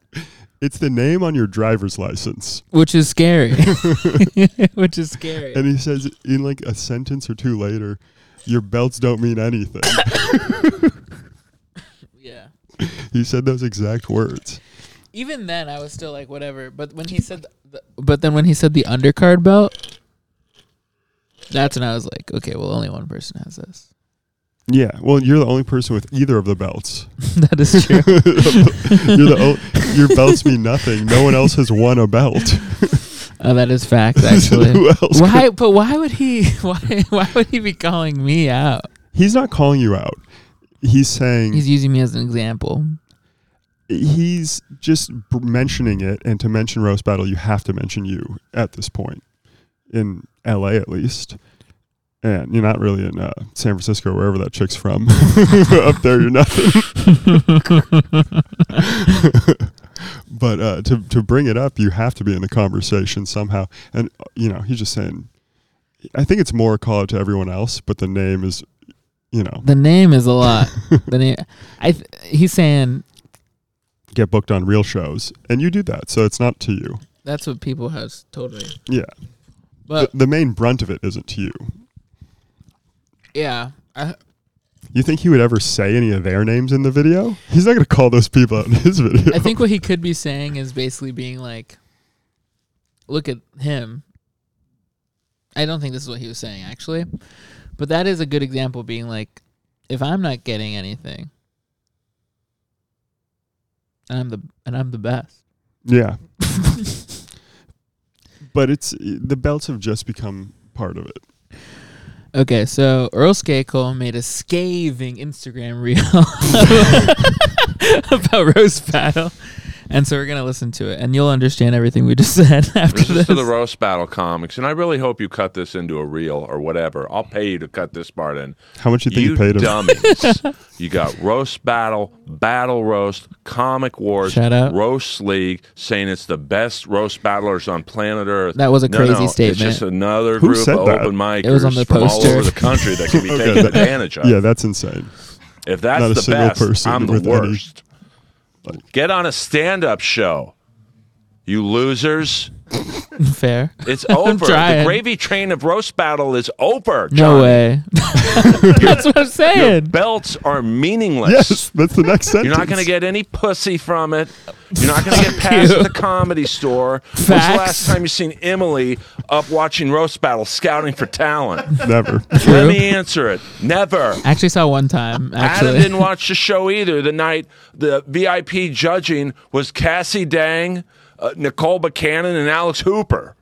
Speaker 1: it's the name on your driver's license.
Speaker 2: which is scary. which is scary.
Speaker 1: And he says in like a sentence or two later, your belts don't mean anything.
Speaker 2: yeah.
Speaker 1: he said those exact words.
Speaker 2: Even then, I was still like, whatever. But when he said, the, but then when he said the undercard belt, that's when I was like, okay, well, only one person has this.
Speaker 1: Yeah. Well, you're the only person with either of the belts.
Speaker 2: that is true.
Speaker 1: You're the o- your belts mean nothing. No one else has won a belt.
Speaker 2: Oh, that is fact, actually.
Speaker 1: Who else? could-
Speaker 2: why? But why would he? Why? Why would he be calling me out?
Speaker 1: He's not calling you out. He's saying
Speaker 2: He's using me as an example.
Speaker 1: he's just b- mentioning it, and to mention roast battle, you have to mention you at this point in L.A. at least, and you're not really in uh, San Francisco, wherever that chick's from. Up there, you're nothing. but uh, to to bring it up, you have to be in the conversation somehow, and uh, you know he's just saying. I think it's more a call out to everyone else, but the name is, you know,
Speaker 2: The name is a lot. the name. I. Th- he's saying
Speaker 1: get booked on real shows, and you do that, so it's not to you.
Speaker 2: that's what people have s- told me.
Speaker 1: Yeah.
Speaker 2: But
Speaker 1: the main brunt of it isn't to you.
Speaker 2: yeah, I,
Speaker 1: You think he would ever say any of their names in the video? He's not going to call those people out in his video.
Speaker 2: I think what he could be saying is basically being like, "Look at him." I don't think this is what he was saying actually, but that is a good example. Being like, if I'm not getting anything, and I'm the and I'm the best.
Speaker 1: yeah. but it's the belts have just become part of it.
Speaker 2: Okay, so Earl Skakel made a scathing Instagram reel about roast battle, and so we're gonna listen to it, and you'll understand everything we just said after
Speaker 6: This is
Speaker 2: this.
Speaker 6: to the roast battle comics, and I really hope you cut this into a reel or whatever. I'll pay you to cut this part in.
Speaker 1: How much you think you paid him?
Speaker 6: dummies. you got roast battle, battle roast, comic wars,
Speaker 2: Shout out.
Speaker 6: roast league, saying it's the best roast battlers on planet Earth.
Speaker 2: That was a
Speaker 6: No,
Speaker 2: crazy
Speaker 6: no,
Speaker 2: statement.
Speaker 6: It's just another
Speaker 1: Who
Speaker 6: group
Speaker 1: said
Speaker 6: of
Speaker 1: that?
Speaker 6: open micers
Speaker 2: It was on the
Speaker 6: from all
Speaker 2: poster.
Speaker 6: over the country that can be
Speaker 1: Okay,
Speaker 6: taken
Speaker 1: that-
Speaker 6: advantage of.
Speaker 1: Yeah, that's insane.
Speaker 6: If that's
Speaker 1: Not a
Speaker 6: the
Speaker 1: single
Speaker 6: best,
Speaker 1: person
Speaker 6: I'm the
Speaker 1: with any-
Speaker 6: worst. Get on a stand-up show, you losers.
Speaker 2: Fair.
Speaker 6: It's over. the
Speaker 2: trying.
Speaker 6: gravy train of roast battle is over.
Speaker 2: No
Speaker 6: Johnny.
Speaker 2: way. That's what I'm
Speaker 6: Your
Speaker 2: saying.
Speaker 6: belts are meaningless.
Speaker 1: Yes, that's the next sentence.
Speaker 6: You're not going to get any pussy from it. You're not going to get past
Speaker 2: you.
Speaker 6: the comedy store. When's the last
Speaker 2: Facts.
Speaker 6: time you seen Emily up watching roast battle, scouting for talent?
Speaker 1: never.
Speaker 6: Let me answer it. Never.
Speaker 2: Actually, saw one time.
Speaker 6: Adam
Speaker 2: Actually,
Speaker 6: didn't watch the show either. The night the VIP judging was Cassie Dang, uh, Nicole Buchanan, and Alex Hooper.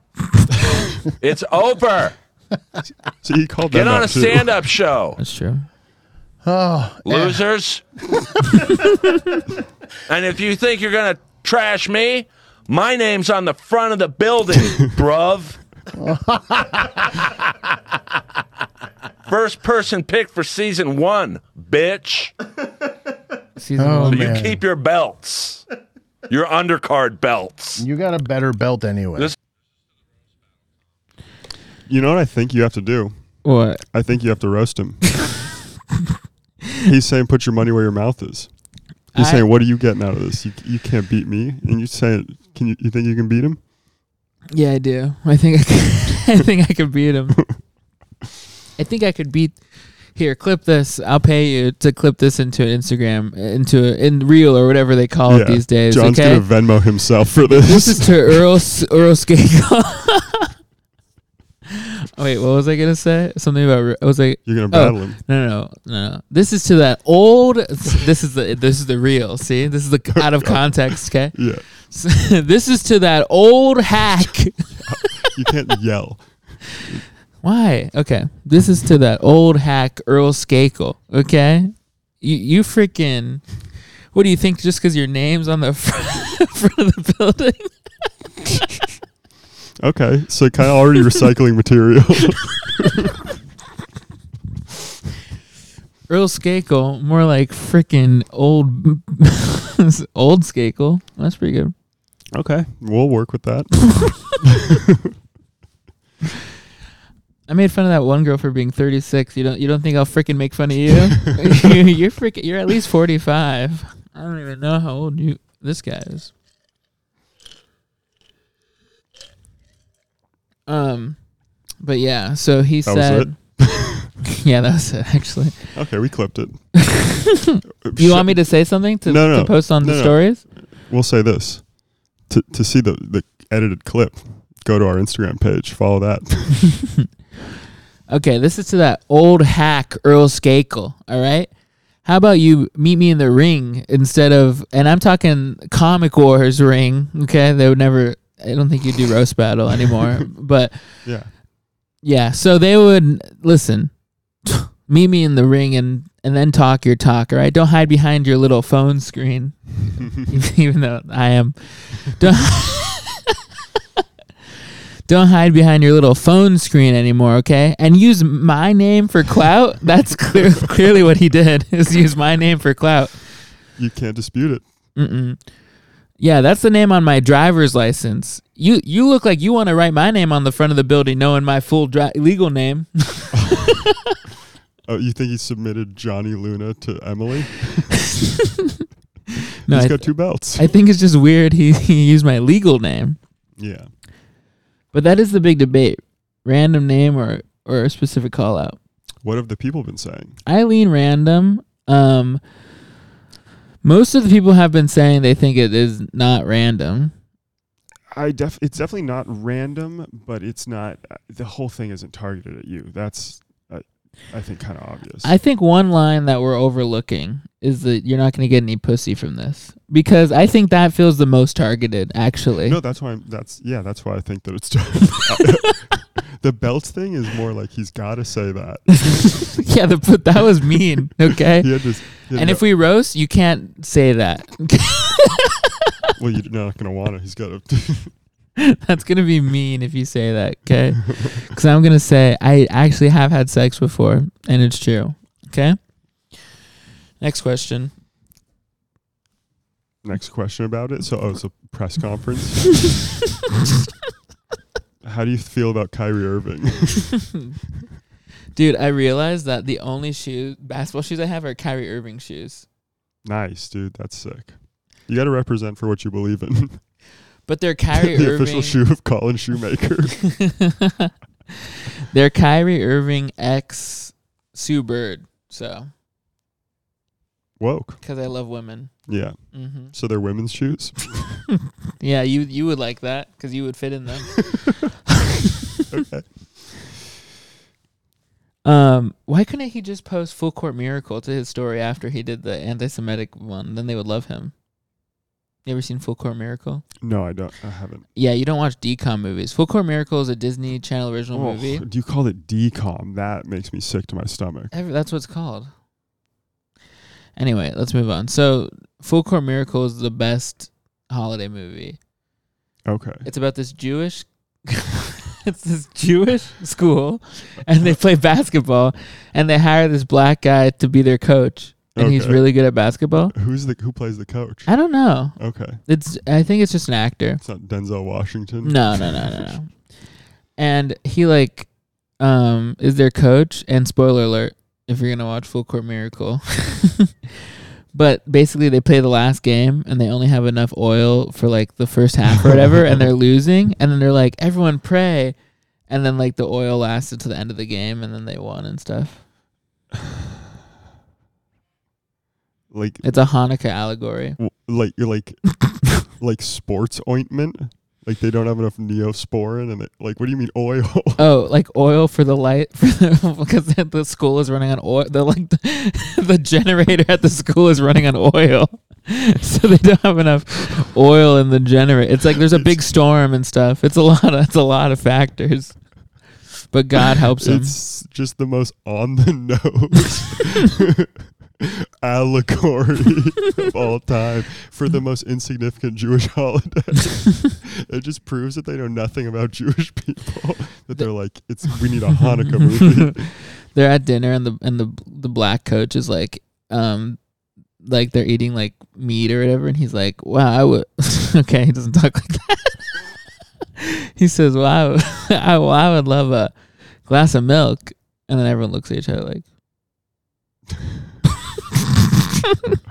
Speaker 6: it's over.
Speaker 1: So he called
Speaker 6: Get
Speaker 1: them
Speaker 6: on
Speaker 1: out
Speaker 6: a
Speaker 1: too.
Speaker 6: stand-up show.
Speaker 2: that's true.
Speaker 6: losers. and if you think you're gonna trash me, my name's on the front of the building, bruv. First person picked for season one, bitch.
Speaker 2: Season
Speaker 7: Oh,
Speaker 2: one.
Speaker 6: You
Speaker 7: man.
Speaker 6: keep your belts, your undercard belts.
Speaker 7: You got a better belt anyway.
Speaker 6: This-
Speaker 1: You know what I think you have to do?
Speaker 2: What?
Speaker 1: I think you have to roast him. He's saying, "Put your money where your mouth is." He's
Speaker 2: I-
Speaker 1: saying, "What are you getting out of this? You, you can't beat me." And you say, "Can you? You think you can beat him?"
Speaker 2: Yeah, I do. I think I, could, I think I could beat him. I think I could beat. Here, clip this. I'll pay you to clip this into an Instagram, uh, into a, in reel or whatever they call it these days.
Speaker 1: John's
Speaker 2: okay.
Speaker 1: gonna Venmo himself for this.
Speaker 2: this is to Earl S- Earl Skakel. Wait, what was I gonna say? Something about re- I was like,
Speaker 1: You're gonna
Speaker 2: oh,
Speaker 1: battle him.
Speaker 2: No, no, no, no. This is to that old. This is the this is the real. See, this is the out of context. Okay,
Speaker 1: Yeah,
Speaker 2: this is to that old hack.
Speaker 1: you can't yell.
Speaker 2: Why? Okay, this is to that old hack Earl Skakel. Okay, you you freaking. What do you think? Just because your name's on the front, front of the building,
Speaker 1: Okay, so kind of already recycling material.
Speaker 2: Earl Skakel, more like freaking old old Skakel. That's pretty good.
Speaker 1: okay, we'll work with that.
Speaker 2: I made fun of that one girl for being 36. You don't you don't think I'll freaking make fun of you? you're freaking you're at least 45. I don't even know how old you this guy is. Um but yeah, so he
Speaker 1: That was
Speaker 2: said Yeah, that was it actually.
Speaker 1: Okay, we clipped it.
Speaker 2: Do you want me to say something to,
Speaker 1: No, no.
Speaker 2: to post on
Speaker 1: No,
Speaker 2: the
Speaker 1: no.
Speaker 2: stories?
Speaker 1: We'll say this to to see the the edited clip. Go to our Instagram page. Follow that.
Speaker 2: Okay, this is to that old hack Earl Skakel, all right? How about you meet me in the ring instead of, and I'm talking Comic Wars ring, okay? They would never, I don't think you do roast battle anymore. but
Speaker 1: yeah.
Speaker 2: yeah, so they would, listen, meet me in the ring and, and then talk your talk, all right? Don't hide behind your little phone screen, even though I am. Don't, don't hide behind your little phone screen anymore, okay? And use my name for clout. That's clear, clearly what he did is use my name for clout.
Speaker 1: You can't dispute it.
Speaker 2: Yeah, that's the name on my driver's license. You you look like you want to write my name on the front of the building, knowing my full dri- legal name.
Speaker 1: Oh, you think he submitted Johnny Luna to Emily?
Speaker 2: No,
Speaker 1: He's
Speaker 2: I,
Speaker 1: got two belts.
Speaker 2: I think it's just weird he, he used my legal name.
Speaker 1: yeah.
Speaker 2: But that is the big debate: random name or or a specific call out.
Speaker 1: What have the people been saying?
Speaker 2: Eileen Random. Um, most of the people have been saying they think it is not random.
Speaker 1: I def it's definitely not random, but it's not uh, the whole thing isn't targeted at you. That's I, I think kind of obvious.
Speaker 2: I think one line that we're overlooking is that you're not going to get any pussy from this because I think that feels the most targeted. Actually,
Speaker 1: no, that's why I'm, that's yeah, that's why I think that it's the belt thing is more like he's got to say that.
Speaker 2: yeah, the, but that was mean. Okay,
Speaker 1: He had this, he had
Speaker 2: and
Speaker 1: no-
Speaker 2: if we roast, you can't say that.
Speaker 1: well, you're not gonna want it. He's got to.
Speaker 2: That's gonna be mean if you say that. Okay, because I'm gonna say I actually have had sex before, and it's true. Okay. Next question.
Speaker 1: Next question about it. So, oh, it's a press conference. How do you feel about Kyrie Irving?
Speaker 2: Dude, I realized that the only shoes, basketball shoes I have are Kyrie Irving shoes,
Speaker 1: Nice, dude. That's sick. You got to represent for what you believe in.
Speaker 2: but they're Kyrie
Speaker 1: the
Speaker 2: Irving.
Speaker 1: official shoe of Colin Shoemaker.
Speaker 2: they're Kyrie Irving X Sue Bird. So,
Speaker 1: Woke.
Speaker 2: because I love women.
Speaker 1: Yeah.
Speaker 2: hmm
Speaker 1: So they're women's shoes.
Speaker 2: Yeah, you you would like that because you would fit in them.
Speaker 1: okay.
Speaker 2: Um, why couldn't he just post Full Court Miracle to his story after he did the anti-Semitic one? Then they would love him. You ever seen Full Court Miracle?
Speaker 1: No, I don't. I haven't.
Speaker 2: Yeah, you don't watch DCOM movies. Full Court Miracle is a Disney Channel original
Speaker 1: Oh,
Speaker 2: movie.
Speaker 1: do you call it decom? That makes me sick to my stomach.
Speaker 2: Ever- that's what it's called. Anyway, let's move on. So, Full Court Miracle is the best holiday movie.
Speaker 1: Okay.
Speaker 2: It's about this Jewish. it's this Jewish school, and they play basketball, and they hire this black guy to be their coach, and he's
Speaker 1: Okay.
Speaker 2: really good at basketball.
Speaker 1: Who's the who plays the coach?
Speaker 2: I don't know.
Speaker 1: Okay.
Speaker 2: It's I think it's just an actor.
Speaker 1: It's not Denzel Washington.
Speaker 2: No, no, no, no, no. And he like um is their coach and spoiler alert if you're going to watch Full Court Miracle. but basically they play the last game and they only have enough oil for like the first half or whatever and they're losing and then they're like everyone pray and then like the oil lasted to the end of the game and then they won and stuff.
Speaker 1: Like
Speaker 2: It's a Hanukkah allegory.
Speaker 1: w- like you're like like sports ointment. Like they don't have enough neosporin, and they, like, what do you mean oil?
Speaker 2: Oh, like oil for the light for the, because the, the school is running on oil. The like the, the generator at the school is running on oil, so they don't have enough oil in the generator. It's like there's a big storm and stuff. It's a lot. Of, it's a lot of factors, but God helps them.
Speaker 1: it's just the most on the nose allegory of all time for the most insignificant Jewish holiday. it just proves that they know nothing about Jewish people. That they're like, it's we need a Hanukkah movie.
Speaker 2: They're at dinner and the and the the black coach is like um like they're eating like meat or whatever, and he's like, "Wow, I would." okay, he doesn't talk like that. he says, "Well, I would, I, well, I would love a glass of milk," and then everyone looks at each other like.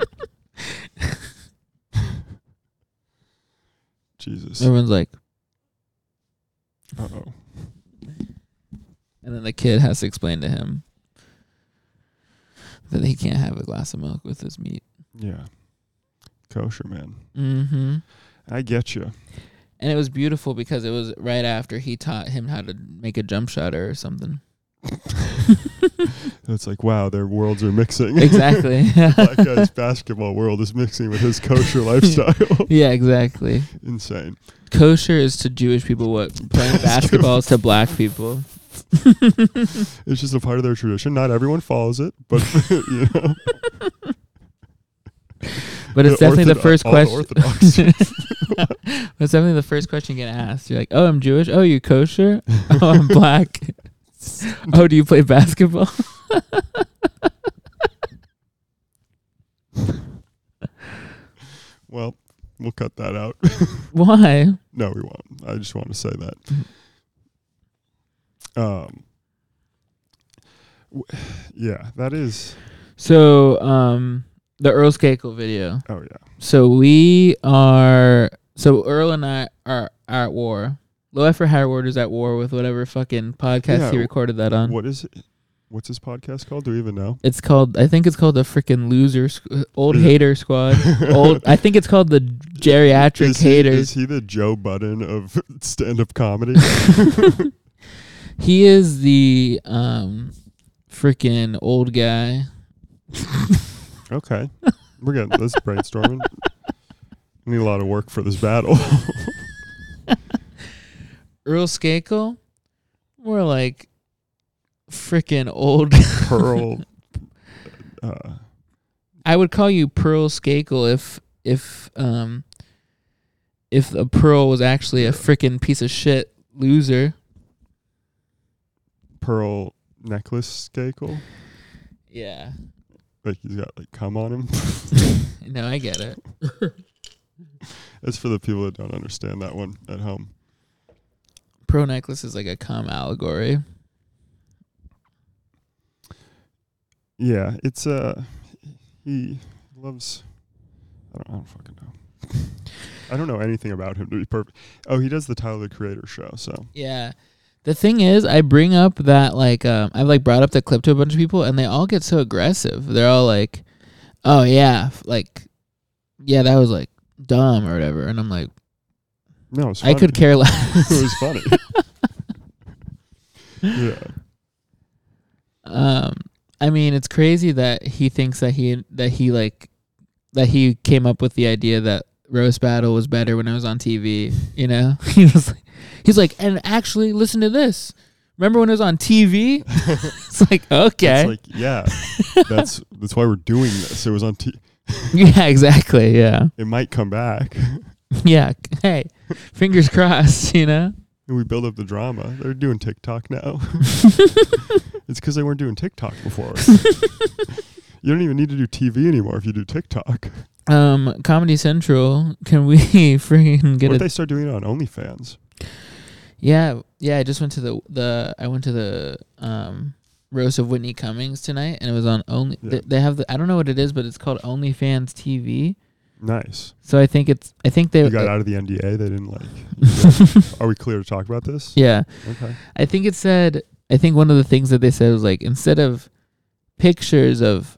Speaker 1: Jesus.
Speaker 2: Everyone's like,
Speaker 1: Uh oh.
Speaker 2: and then the kid has to explain to him that he can't have a glass of milk with his meat.
Speaker 1: Yeah. Kosher man.
Speaker 2: Mm-hmm.
Speaker 1: I get you.
Speaker 2: And it was beautiful because it was right after he taught him how to make a jump shot or something.
Speaker 1: It's like, wow, their worlds are mixing.
Speaker 2: Exactly.
Speaker 1: Black guy's basketball world is mixing with his kosher lifestyle.
Speaker 2: yeah, exactly.
Speaker 1: Insane.
Speaker 2: Kosher is to Jewish people what playing basketball is to black people.
Speaker 1: It's just a part of their tradition. Not everyone follows it, but you know.
Speaker 2: But it's
Speaker 1: the
Speaker 2: definitely the
Speaker 1: orthodo-
Speaker 2: first
Speaker 1: all the
Speaker 2: question.
Speaker 1: Orthodox.
Speaker 2: That's definitely the first question you get asked. You're like, "Oh, I'm Jewish. Oh, you kosher? Oh, I'm black. oh, do you play basketball?"
Speaker 1: well, we'll cut that out.
Speaker 2: Why?
Speaker 1: no, we won't. I just want to say that.
Speaker 2: Mm-hmm.
Speaker 1: Um. w- Yeah, that is.
Speaker 2: So, um, the Earl Skakel video.
Speaker 1: Oh yeah.
Speaker 2: So we are. So Earl and I are, are at war. Low effort higher word is at war with whatever fucking podcast
Speaker 1: Yeah,
Speaker 2: he
Speaker 1: wh-
Speaker 2: recorded that on.
Speaker 1: What is it? What's his podcast called? Do we even know?
Speaker 2: It's called. I think it's called the freaking loser, squ- old
Speaker 1: Is it-
Speaker 2: hater squad. old. I think it's called the geriatric
Speaker 1: Is he,
Speaker 2: haters.
Speaker 1: is he the Joe Budden of stand-up comedy?
Speaker 2: He is the um freaking old guy.
Speaker 1: okay, we're good. Let's brainstorming. We need a lot of work for this battle.
Speaker 2: Earl Skakel, more like freaking old.
Speaker 1: Pearl. Uh,
Speaker 2: I would call you Pearl Skakel if if um if a pearl was actually a freaking piece of shit loser.
Speaker 1: pearl necklace skakel.
Speaker 2: Yeah.
Speaker 1: Like he's got like cum on him.
Speaker 2: No, I get it.
Speaker 1: That's for the people that don't understand that one at home.
Speaker 2: Pearl necklace is like a cum allegory.
Speaker 1: Yeah, it's uh he loves I don't I don't fucking know. I don't know anything about him to be perfect. Oh, he does the Tyler the Creator show, so
Speaker 2: Yeah. The thing is, I bring up that like um, I've like brought up the clip to a bunch of people, and they all get so aggressive. They're all like, "Oh yeah, f- like, yeah, that was like dumb or whatever," and I'm like,
Speaker 1: no, it's
Speaker 2: "I could
Speaker 1: funny.
Speaker 2: care less."
Speaker 1: it was funny. yeah.
Speaker 2: um, I mean, it's crazy that he thinks that he that he like that he came up with the idea that roast battle was better when it was on TV. You know, he was like, he's like, and actually, listen to this. Remember when it was on TV? it's like okay,
Speaker 1: It's like, yeah. That's that's why we're doing this. It was on t-
Speaker 2: yeah, exactly, yeah.
Speaker 1: it might come back.
Speaker 2: Yeah. c- Hey, fingers crossed, you know?
Speaker 1: And we build up the drama. They're doing TikTok now. it's because they weren't doing TikTok before. you don't even need to do TV anymore if you do TikTok.
Speaker 2: Um, Comedy Central, can we freaking get
Speaker 1: What
Speaker 2: it?
Speaker 1: if they start doing it on OnlyFans?
Speaker 2: yeah, yeah, I just went to the the I went to the um roast of Whitney Cummings tonight and it was on only
Speaker 1: Yeah.
Speaker 2: th- they have the I don't know what it is, but it's called OnlyFans TV.
Speaker 1: Nice.
Speaker 2: So I think it's I think they
Speaker 1: You got
Speaker 2: uh,
Speaker 1: out of the NDA. They didn't like. Are we clear to talk about this?
Speaker 2: Yeah.
Speaker 1: Okay.
Speaker 2: I think it said I think one of the things that they said was like instead of pictures of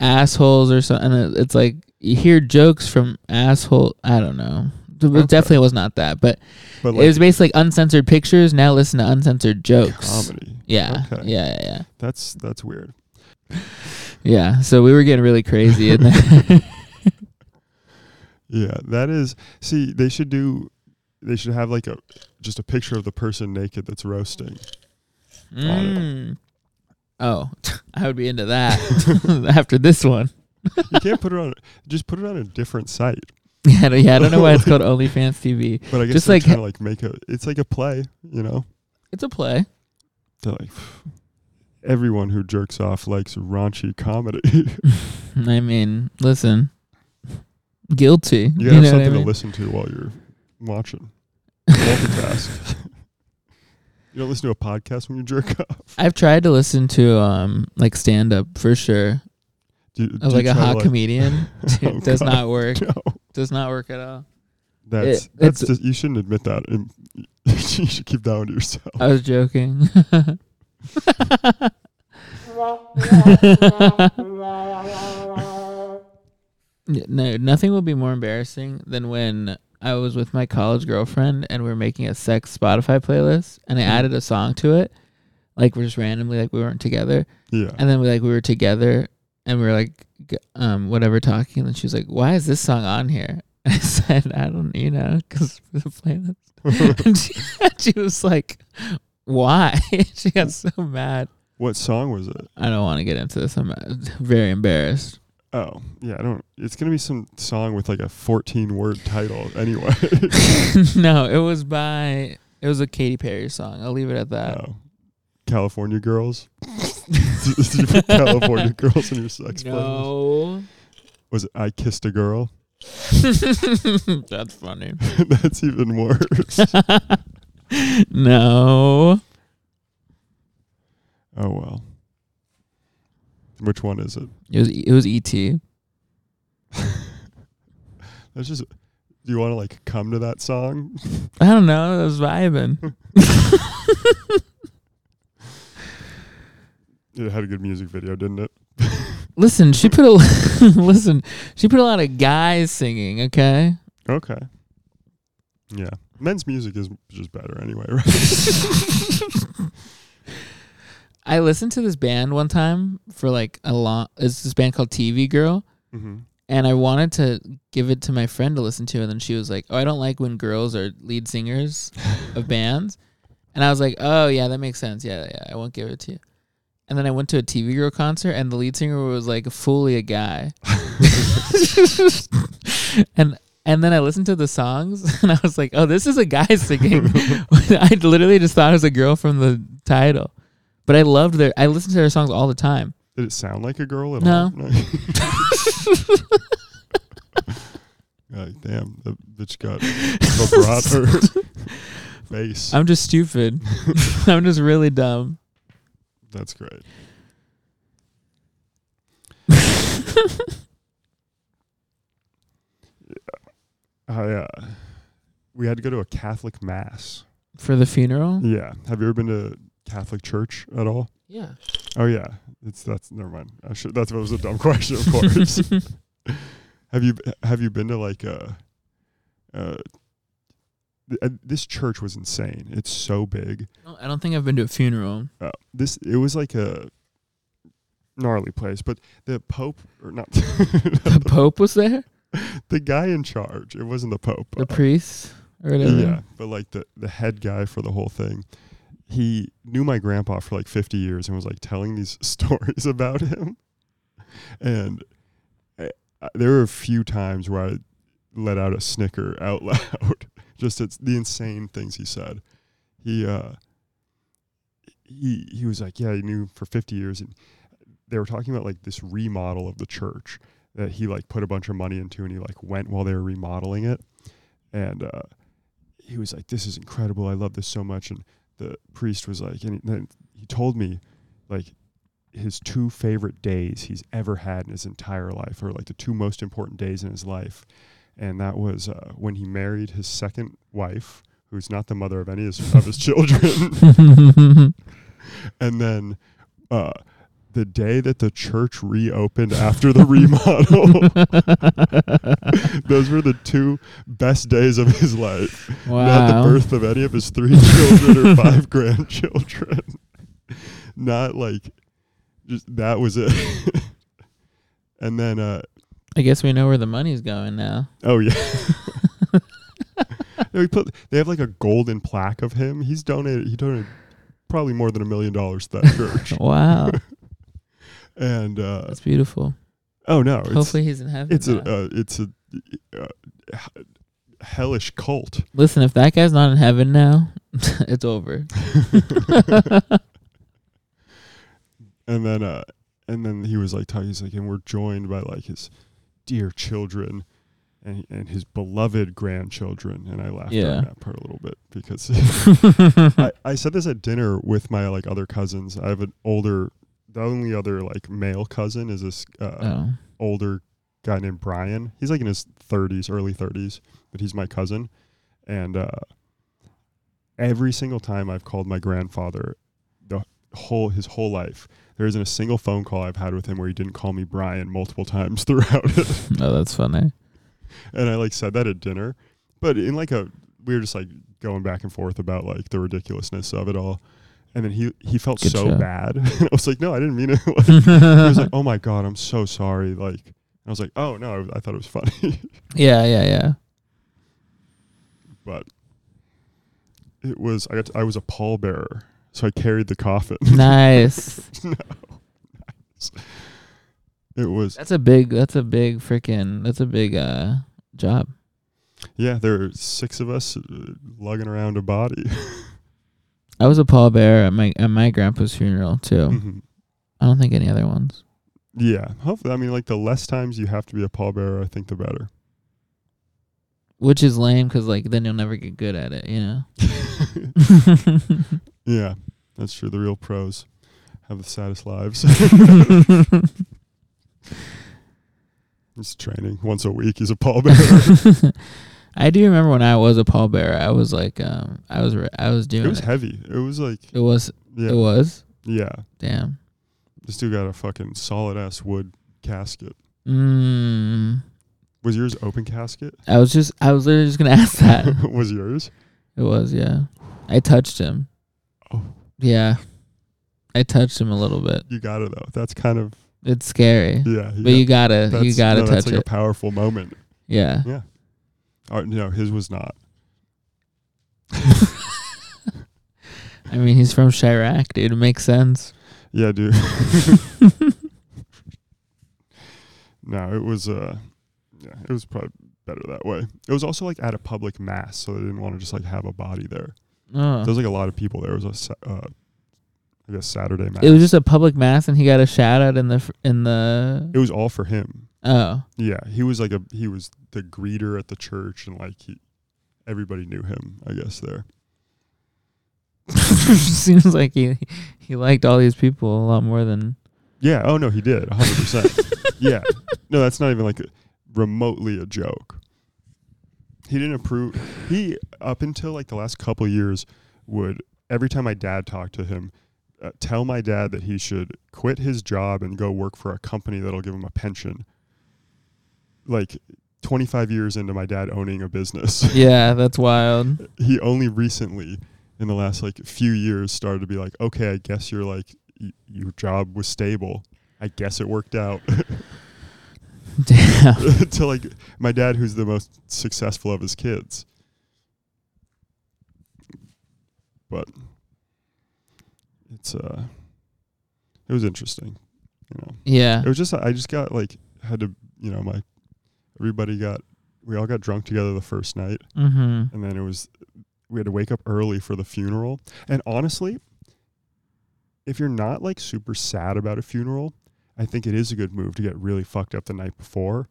Speaker 2: assholes or something it's like you hear jokes from asshole I don't know. It definitely was not that, but,
Speaker 1: But
Speaker 2: it
Speaker 1: like
Speaker 2: was basically like uncensored pictures. Now listen to uncensored jokes.
Speaker 1: comedy.
Speaker 2: Yeah,
Speaker 1: Okay.
Speaker 2: yeah, yeah,
Speaker 1: That's that's weird.
Speaker 2: yeah. So we were getting really crazy in there.
Speaker 1: Yeah, that is. See, they should do. They should have like a just a picture of the person naked that's roasting.
Speaker 2: Mm. Oh, I would be into that after this one.
Speaker 1: You can't put it on. Just put it on a different site.
Speaker 2: Yeah, I don't- yeah, I don't know why it's called OnlyFans TV.
Speaker 1: But I guess
Speaker 2: Just
Speaker 1: they're
Speaker 2: like-
Speaker 1: trying to like make a. It's like a play, you know.
Speaker 2: It's a play.
Speaker 1: They're like everyone who jerks off likes raunchy comedy.
Speaker 2: I mean, listen, guilty.
Speaker 1: You
Speaker 2: You,
Speaker 1: gotta
Speaker 2: know
Speaker 1: have
Speaker 2: what I
Speaker 1: something
Speaker 2: mean?
Speaker 1: to listen to while you're watching. Multitask. you don't listen to a podcast when you jerk off.
Speaker 2: I've tried to listen to um like stand up for sure
Speaker 1: Do, you- do
Speaker 2: of
Speaker 1: you
Speaker 2: like a
Speaker 1: try to,
Speaker 2: hot comedian. Dude,
Speaker 1: Oh,
Speaker 2: does
Speaker 1: God.
Speaker 2: not work.
Speaker 1: No,
Speaker 2: Does not work at all.
Speaker 1: that's
Speaker 2: It-
Speaker 1: that's
Speaker 2: it's-
Speaker 1: just, you shouldn't admit that. And you should keep that one to yourself.
Speaker 2: I was joking. no, nothing will be more embarrassing than when I was with my college girlfriend and we were making a sex Spotify playlist and I added a song to it. Like we're just randomly like we weren't together.
Speaker 1: Yeah,
Speaker 2: And then we like we were together and we were like g- um whatever talking and she was like, "Why is this song on here?" And I said, "I don't, you know, cuz the playlist." and she, she was like, "Why?" she got so mad.
Speaker 1: what song was it?
Speaker 2: I don't want to get into this. I'm uh, very embarrassed.
Speaker 1: Oh, yeah, I don't. It's gonna be some song with like a 14 word title anyway.
Speaker 2: no, it was by it was a Katy Perry song. I'll leave it at that.
Speaker 1: Oh. California girls. Did you put California girls in your sex playlist?
Speaker 2: No.
Speaker 1: Was it I kissed a girl?
Speaker 2: That's funny.
Speaker 1: That's even worse.
Speaker 2: No.
Speaker 1: Oh well. Which one is it?
Speaker 2: It was E it was ET.
Speaker 1: That's just. Do you want to like come to that song?
Speaker 2: I don't know. I was vibing.
Speaker 1: It had a good music video, didn't it?
Speaker 2: Listen, she put a listen. She put a lot of guys singing. Okay,
Speaker 1: Okay. Yeah, men's music is just better anyway, right?
Speaker 2: I listened to this band one time for like a long. It's this band called TV Girl,
Speaker 1: mm-hmm.
Speaker 2: and I wanted to give it to my friend to listen to, and then she was like, "Oh, I don't like when girls are lead singers of bands," and I was like, "Oh yeah, that makes sense. Yeah, yeah, I won't give it to you." And then I went to a TV Girl concert, and the lead singer was like fully a guy, and and then I listened to the songs, and I was like, "Oh, this is a guy singing." I literally just thought it was a girl from the title, but I loved their. I listened to their songs all the time.
Speaker 1: Did it sound like a girl at
Speaker 2: No.
Speaker 1: all? No. like, damn, that bitch got vibrato face.
Speaker 2: I'm just stupid. I'm just really dumb.
Speaker 1: That's great. I, uh, we had to go to a Catholic mass.
Speaker 2: For the funeral?
Speaker 1: Yeah. Have you ever been to Catholic church at all?
Speaker 2: Yeah.
Speaker 1: Oh yeah, it's that's never mind. I should, that's that was a dumb question, of course. have you have you been to like a, uh, th- uh, this church was insane. It's so big.
Speaker 2: I don't think I've been to a funeral.
Speaker 1: Uh, this it was like a gnarly place, but the Pope or not
Speaker 2: The Pope was there?
Speaker 1: the guy in charge. It wasn't the Pope.
Speaker 2: The
Speaker 1: Uh,
Speaker 2: priest? Or whatever?
Speaker 1: yeah, but like the the head guy for the whole thing. He knew my grandpa for like 50 years and was like telling these stories about him. And I, I- there were a few times where I let out a snicker out loud just at the insane things he said. He uh he he was like, yeah, he knew for 50 years and they were talking about like this remodel of the church that he like put a bunch of money into and he like went while they were remodeling it. And uh he was like, "This is incredible. I love this so much." And the priest was like, and then he told me, like, his two favorite days he's ever had in his entire life, or like the two most important days in his life, and that was uh, when he married his second wife, who's not the mother of any of his, of his children, and then uh, the day that the church reopened after the remodel. Those were the two best days of his life. Not
Speaker 2: Wow.
Speaker 1: the birth of any of his three children or five grandchildren. Not like just that was it. and then uh
Speaker 2: I guess we know where the money's going now.
Speaker 1: oh yeah. No, he put, they have like a golden plaque of him. He's donated he donated probably more than a million dollars to that church.
Speaker 2: Wow,
Speaker 1: and uh
Speaker 2: that's beautiful.
Speaker 1: oh no, it's-
Speaker 2: Hopefully he's in heaven.
Speaker 1: it's a
Speaker 2: now.
Speaker 1: uh, it's a uh, h- hellish cult.
Speaker 2: Listen, if that guy's not in heaven now, it's over.
Speaker 1: And then uh, and then he was like, talking, he's like, and we're joined by like his dear children. And, and his beloved grandchildren and I laughed
Speaker 2: Yeah.
Speaker 1: at that part a little bit because I, I said this at dinner with my like other cousins. I have an older, the only other like male cousin is this uh,
Speaker 2: Oh,
Speaker 1: older guy named Brian. He's like in his 30s, early 30s, but he's my cousin. And uh, every single time I've called my grandfather, the whole his whole life, there isn't a single phone call I've had with him where he didn't call me Brian multiple times throughout it.
Speaker 2: oh, that's funny.
Speaker 1: And I like said that at dinner, but in like a we were just like going back and forth about like the ridiculousness of it all. And then he he felt
Speaker 2: Good
Speaker 1: so
Speaker 2: show.
Speaker 1: bad. I was like, no, I didn't mean it. Like, he was like, oh my god, I'm so sorry. Like, I was like, oh no, I, I thought it was funny,
Speaker 2: Yeah, yeah, yeah.
Speaker 1: but it was. I got to- I was a pallbearer, so I carried the coffin.
Speaker 2: Nice.
Speaker 1: It was
Speaker 2: That's a big. That's a big freaking. That's a big uh job.
Speaker 1: yeah. There were six of us uh, lugging around a body.
Speaker 2: I was a pallbearer at my at my grandpa's funeral too.
Speaker 1: Mhm.
Speaker 2: I don't think any other ones.
Speaker 1: yeah, hopefully. I mean, like the less times you have to be a pallbearer, I think the better.
Speaker 2: Which is lame because like then you'll never get good at it, you know.
Speaker 1: Yeah, that's true. The real pros have the saddest lives. it's training once a week. He's a pallbearer.
Speaker 2: I do remember when I was a pallbearer, I was like, um, I was re- I was doing
Speaker 1: it was
Speaker 2: it.
Speaker 1: heavy. It was like
Speaker 2: It was
Speaker 1: yeah,
Speaker 2: it was
Speaker 1: yeah.
Speaker 2: damn.
Speaker 1: This dude got a fucking solid ass wood casket.
Speaker 2: Mm,
Speaker 1: Was yours open casket?
Speaker 2: I was just I was literally just gonna ask that.
Speaker 1: was yours?
Speaker 2: it was yeah. I touched him.
Speaker 1: Oh.
Speaker 2: Yeah, I touched him a little bit.
Speaker 1: You got it though. That's kind of
Speaker 2: It's scary,
Speaker 1: yeah.
Speaker 2: but you gotta
Speaker 1: that's,
Speaker 2: you gotta
Speaker 1: no,
Speaker 2: touch
Speaker 1: That's like
Speaker 2: it.
Speaker 1: a powerful moment.
Speaker 2: yeah.
Speaker 1: Yeah. Oh, no, his was not.
Speaker 2: I mean, he's from Chirac, dude. It makes sense.
Speaker 1: Yeah, dude. no, it was uh yeah, it was probably better that way. It was also like at a public mass, so they didn't want to just like have a body there.
Speaker 2: Oh.
Speaker 1: There was like a lot of people there. It was a sa- uh, I guess Saturday mass.
Speaker 2: It was just a public mass, and he got a shout out in the fr- in the
Speaker 1: it was all for him.
Speaker 2: oh
Speaker 1: Yeah, he was like a he was the greeter at the church and like he everybody knew him, I guess there.
Speaker 2: seems like he he liked all these people a lot more than
Speaker 1: Yeah, oh no, he did. 100%. yeah. No, that's not even like remotely a joke. He didn't approve. He up until like the last couple years would every time my dad talked to him, uh, tell my dad that he should quit his job and go work for a company that'll give him a pension. Like 25 years into my dad owning a business,
Speaker 2: yeah that's wild
Speaker 1: he only recently in the last like few years started to be like, "Okay, I guess you're like y- your job was stable. I guess it worked out."
Speaker 2: damn
Speaker 1: to like my dad, who's the most successful of his kids. But it's uh, it was interesting, you know.
Speaker 2: yeah
Speaker 1: It was just I just got like had to you know my everybody got we all got drunk together the first night,
Speaker 2: mm-hmm
Speaker 1: and then it was we had to wake up early for the funeral. And honestly, if you're not like super sad about a funeral, I think it is a good move to get really fucked up the night before.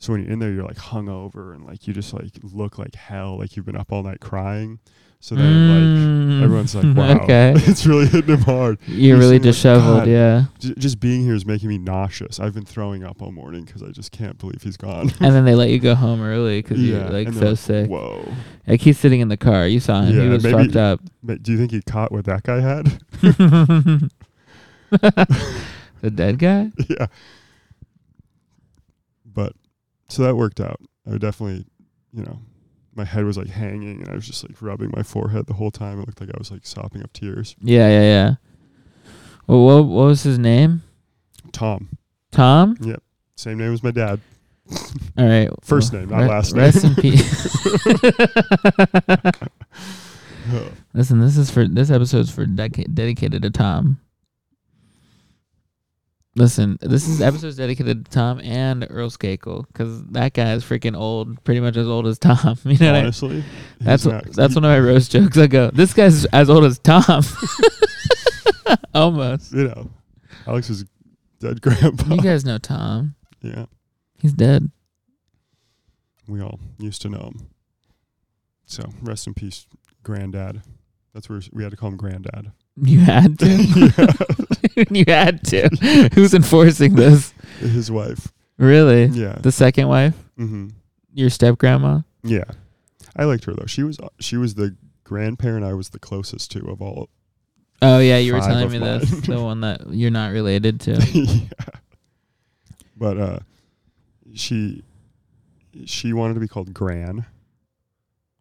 Speaker 1: So when you're in there, you're like hungover and like you just like look like hell, like you've been up all night crying. So then like everyone's like, wow,
Speaker 2: Mm. okay
Speaker 1: it's really hitting him hard.
Speaker 2: you're really
Speaker 1: seem like,
Speaker 2: disheveled
Speaker 1: God.
Speaker 2: yeah
Speaker 1: J- just being here is making me nauseous. I've been throwing up all morning because I just can't believe he's gone.
Speaker 2: and then they let you go home early because you're like
Speaker 1: and
Speaker 2: so
Speaker 1: they're
Speaker 2: sick
Speaker 1: Whoa.
Speaker 2: like he's sitting in the car you saw him he
Speaker 1: Yeah,
Speaker 2: was
Speaker 1: maybe-
Speaker 2: fucked up
Speaker 1: Ma- Do you think he caught what that guy had?
Speaker 2: The dead guy?
Speaker 1: yeah. But so that worked out. I would definitely, you know, my head was like hanging and I was just like rubbing my forehead the whole time. It looked like I was like sopping up tears.
Speaker 2: Yeah, yeah, yeah. Well, what what was his name?
Speaker 1: Tom,
Speaker 2: Tom.
Speaker 1: same name as my dad.
Speaker 2: All right.
Speaker 1: First name, not
Speaker 2: re-
Speaker 1: last name.
Speaker 2: Rest in peace. Listen, this is for this episode's for deca- dedicated to Tom. Listen, this is episode's dedicated to Tom and Earl Skakel because that guy is freaking old, pretty much as old as Tom. You know, what I,
Speaker 1: Honestly, he's
Speaker 2: that's
Speaker 1: not-
Speaker 2: what, that's one of my roast jokes. I go, this guy's as old as Tom, almost.
Speaker 1: you know, Alex is dead grandpa.
Speaker 2: You guys know Tom;
Speaker 1: yeah,
Speaker 2: he's dead.
Speaker 1: we all used to know him. So rest in peace, granddad. That's where we had to call him granddad.
Speaker 2: You had to. you had to. Who's enforcing this?
Speaker 1: His wife.
Speaker 2: Really?
Speaker 1: Yeah.
Speaker 2: The second wife,
Speaker 1: hmm
Speaker 2: your step grandma.
Speaker 1: Yeah, I liked her though. She was uh, she was the grandparent I was the closest to of all.
Speaker 2: Oh yeah, you were
Speaker 1: Five
Speaker 2: telling
Speaker 1: of
Speaker 2: me this.
Speaker 1: mine.
Speaker 2: The one that you're not related to.
Speaker 1: yeah. But uh, she she wanted to be called Gran,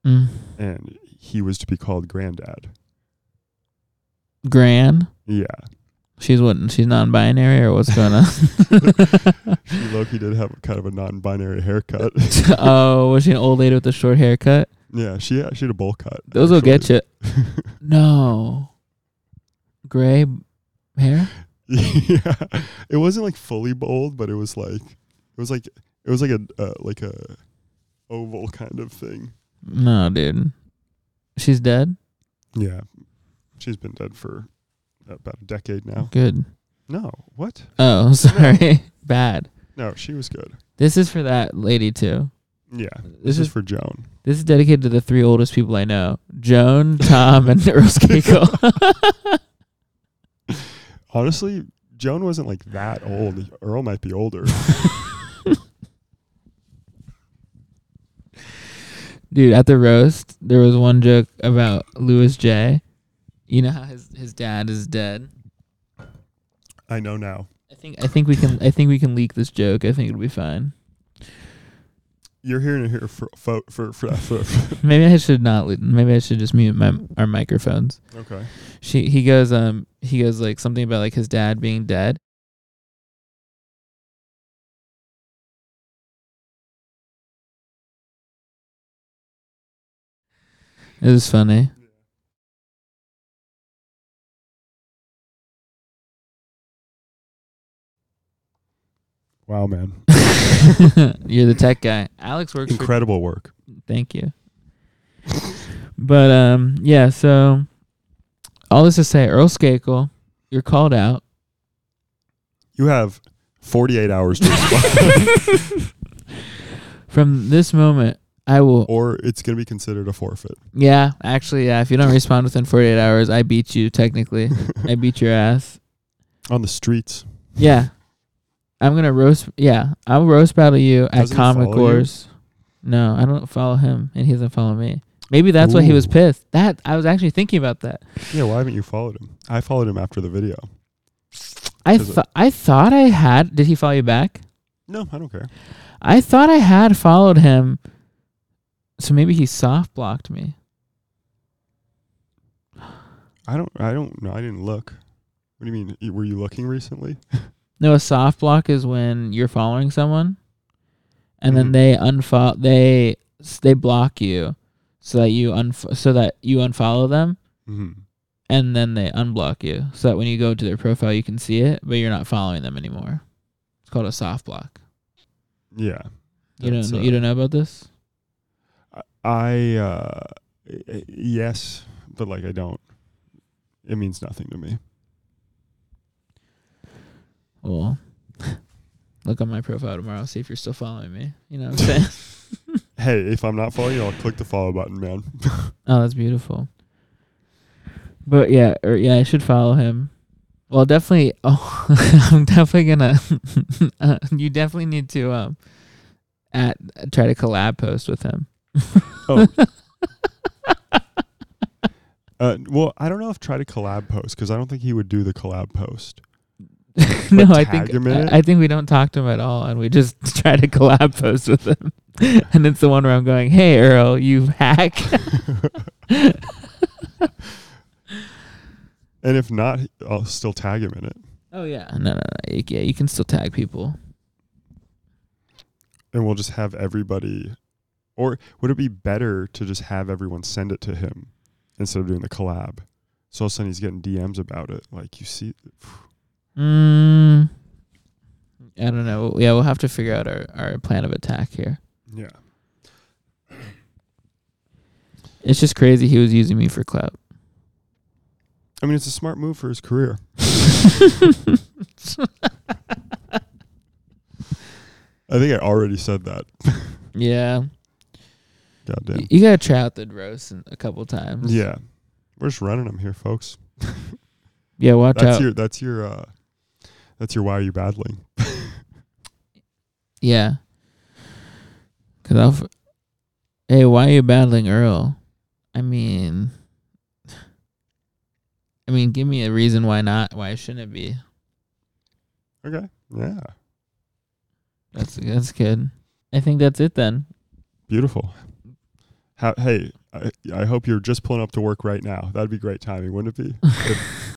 Speaker 2: Mm.
Speaker 1: and he was to be called Granddad.
Speaker 2: Gran.
Speaker 1: Yeah,
Speaker 2: She's what? She's non-binary or what's going on?
Speaker 1: she Loki did have kind of a non-binary haircut.
Speaker 2: oh, was she an old lady with a short haircut?
Speaker 1: yeah, she had- she had a bowl cut.
Speaker 2: Those will get
Speaker 1: actually.
Speaker 2: you. No. Gray b- hair.
Speaker 1: yeah, it wasn't like fully bold, but it was like it was like it was like a uh, like a oval kind of thing.
Speaker 2: No, dude. She's dead.
Speaker 1: Yeah. She's been dead for about a decade now.
Speaker 2: Good.
Speaker 1: No. What?
Speaker 2: Oh, sorry. Bad.
Speaker 1: No, she was good.
Speaker 2: This is for that lady too.
Speaker 1: Yeah.
Speaker 2: This
Speaker 1: This is
Speaker 2: is-
Speaker 1: for Joan.
Speaker 2: This is dedicated to the three oldest people I know: Joan, Tom, and Earl Skakel.
Speaker 1: Honestly, Joan wasn't like that old. Earl might be older.
Speaker 2: Dude, at the roast, there was one joke about Louis J. You know how his his dad is dead.
Speaker 1: I know now.
Speaker 2: I think I think we can I think we can leak this joke. I think it'll be fine.
Speaker 1: You're hearing it here for for for, for, for,
Speaker 2: Maybe I should not. le- Maybe I should just mute my our microphones.
Speaker 1: Okay.
Speaker 2: She he goes um he goes like something about like his dad being dead. It was funny.
Speaker 1: Wow, man.
Speaker 2: You're the tech guy. Alex works for
Speaker 1: Incredible work.
Speaker 2: Thank you. but um, yeah. So all this to say, Earl Skakel, you're called out.
Speaker 1: You have 48 hours to respond,
Speaker 2: From this moment, I will.
Speaker 1: or it's going to be considered a forfeit.
Speaker 2: Yeah, actually, yeah. If you don't respond within 48 hours, I beat you. Technically, I beat your ass.
Speaker 1: On the streets.
Speaker 2: Yeah, I'm gonna roast. Yeah, I'll roast battle you at
Speaker 1: Doesn't he
Speaker 2: Comic
Speaker 1: follow you?
Speaker 2: Wars. No, I don't follow him, and he doesn't follow me. Maybe that's why he was
Speaker 1: Ooh.
Speaker 2: pissed. That I was actually thinking about that.
Speaker 1: Yeah, why haven't you followed him? I followed him after the video.
Speaker 2: I
Speaker 1: Does it-
Speaker 2: thought I thought I had. Did he follow you back?
Speaker 1: No, I don't care.
Speaker 2: I thought I had followed him, so maybe he soft blocked me.
Speaker 1: I don't I don't know. I didn't look. What do you mean? You- Were you looking recently?
Speaker 2: No, a soft block is when you're following someone, and
Speaker 1: Mhm.
Speaker 2: then they unfollow they s- they block you, so that you unf- so that you unfollow them,
Speaker 1: Mm-hmm.
Speaker 2: and then they unblock you, so that when you go to their profile you can see it, but you're not following them anymore. It's called a soft block.
Speaker 1: Yeah.
Speaker 2: You don't
Speaker 1: That's,
Speaker 2: know,
Speaker 1: uh,
Speaker 2: you don't know about this?
Speaker 1: I uh y- y- yes, but like I don't it means nothing to me.
Speaker 2: Well, look on my profile tomorrow, see if you're still following me. You know what I'm saying?
Speaker 1: Hey, if I'm not following you, I'll click the follow button, man.
Speaker 2: Oh, that's beautiful. But yeah, or yeah, I should follow him. Well, definitely. Oh, I'm definitely gonna. uh, you definitely need to um, at try to collab post with him.
Speaker 1: oh. Uh, well, I don't know if try to collab post because I don't think he would do the collab post.
Speaker 2: no,
Speaker 1: Like,
Speaker 2: I
Speaker 1: tag
Speaker 2: think
Speaker 1: him in it?
Speaker 2: I, I think we don't talk to him at all, and we just try to collab post with him. and it's the one where I'm going, "Hey Earl, you hack."
Speaker 1: And if not, I'll still tag him in it.
Speaker 2: oh yeah, no, no, no, you- yeah, you can still tag people.
Speaker 1: And we'll just have everybody. Or would it be better to just have everyone send it to him instead of doing the collab? So all of a sudden he's getting DMs about it. Like, you see,
Speaker 2: Mm, I don't know. Yeah, we'll have to figure out our, our plan of attack here.
Speaker 1: yeah.
Speaker 2: It's just crazy he was using me for clout.
Speaker 1: I mean, it's a smart move for his career. I think I already said that.
Speaker 2: Yeah.
Speaker 1: God
Speaker 2: Y-
Speaker 1: damn.
Speaker 2: You gotta try out the roast a couple times.
Speaker 1: Yeah. We're just running them here, folks.
Speaker 2: Yeah, watch
Speaker 1: That's
Speaker 2: out.
Speaker 1: your that's your uh that's your why are you battling?
Speaker 2: yeah. Cause I'll. F- hey, why are you battling Earl? I mean. I mean, give me a reason why not. Why shouldn't it be?
Speaker 1: Okay. Yeah.
Speaker 2: That's that's good. I think that's it then.
Speaker 1: Beautiful. How, hey, I, I hope you're just pulling up to work right now. That'd be great timing, wouldn't it be? If-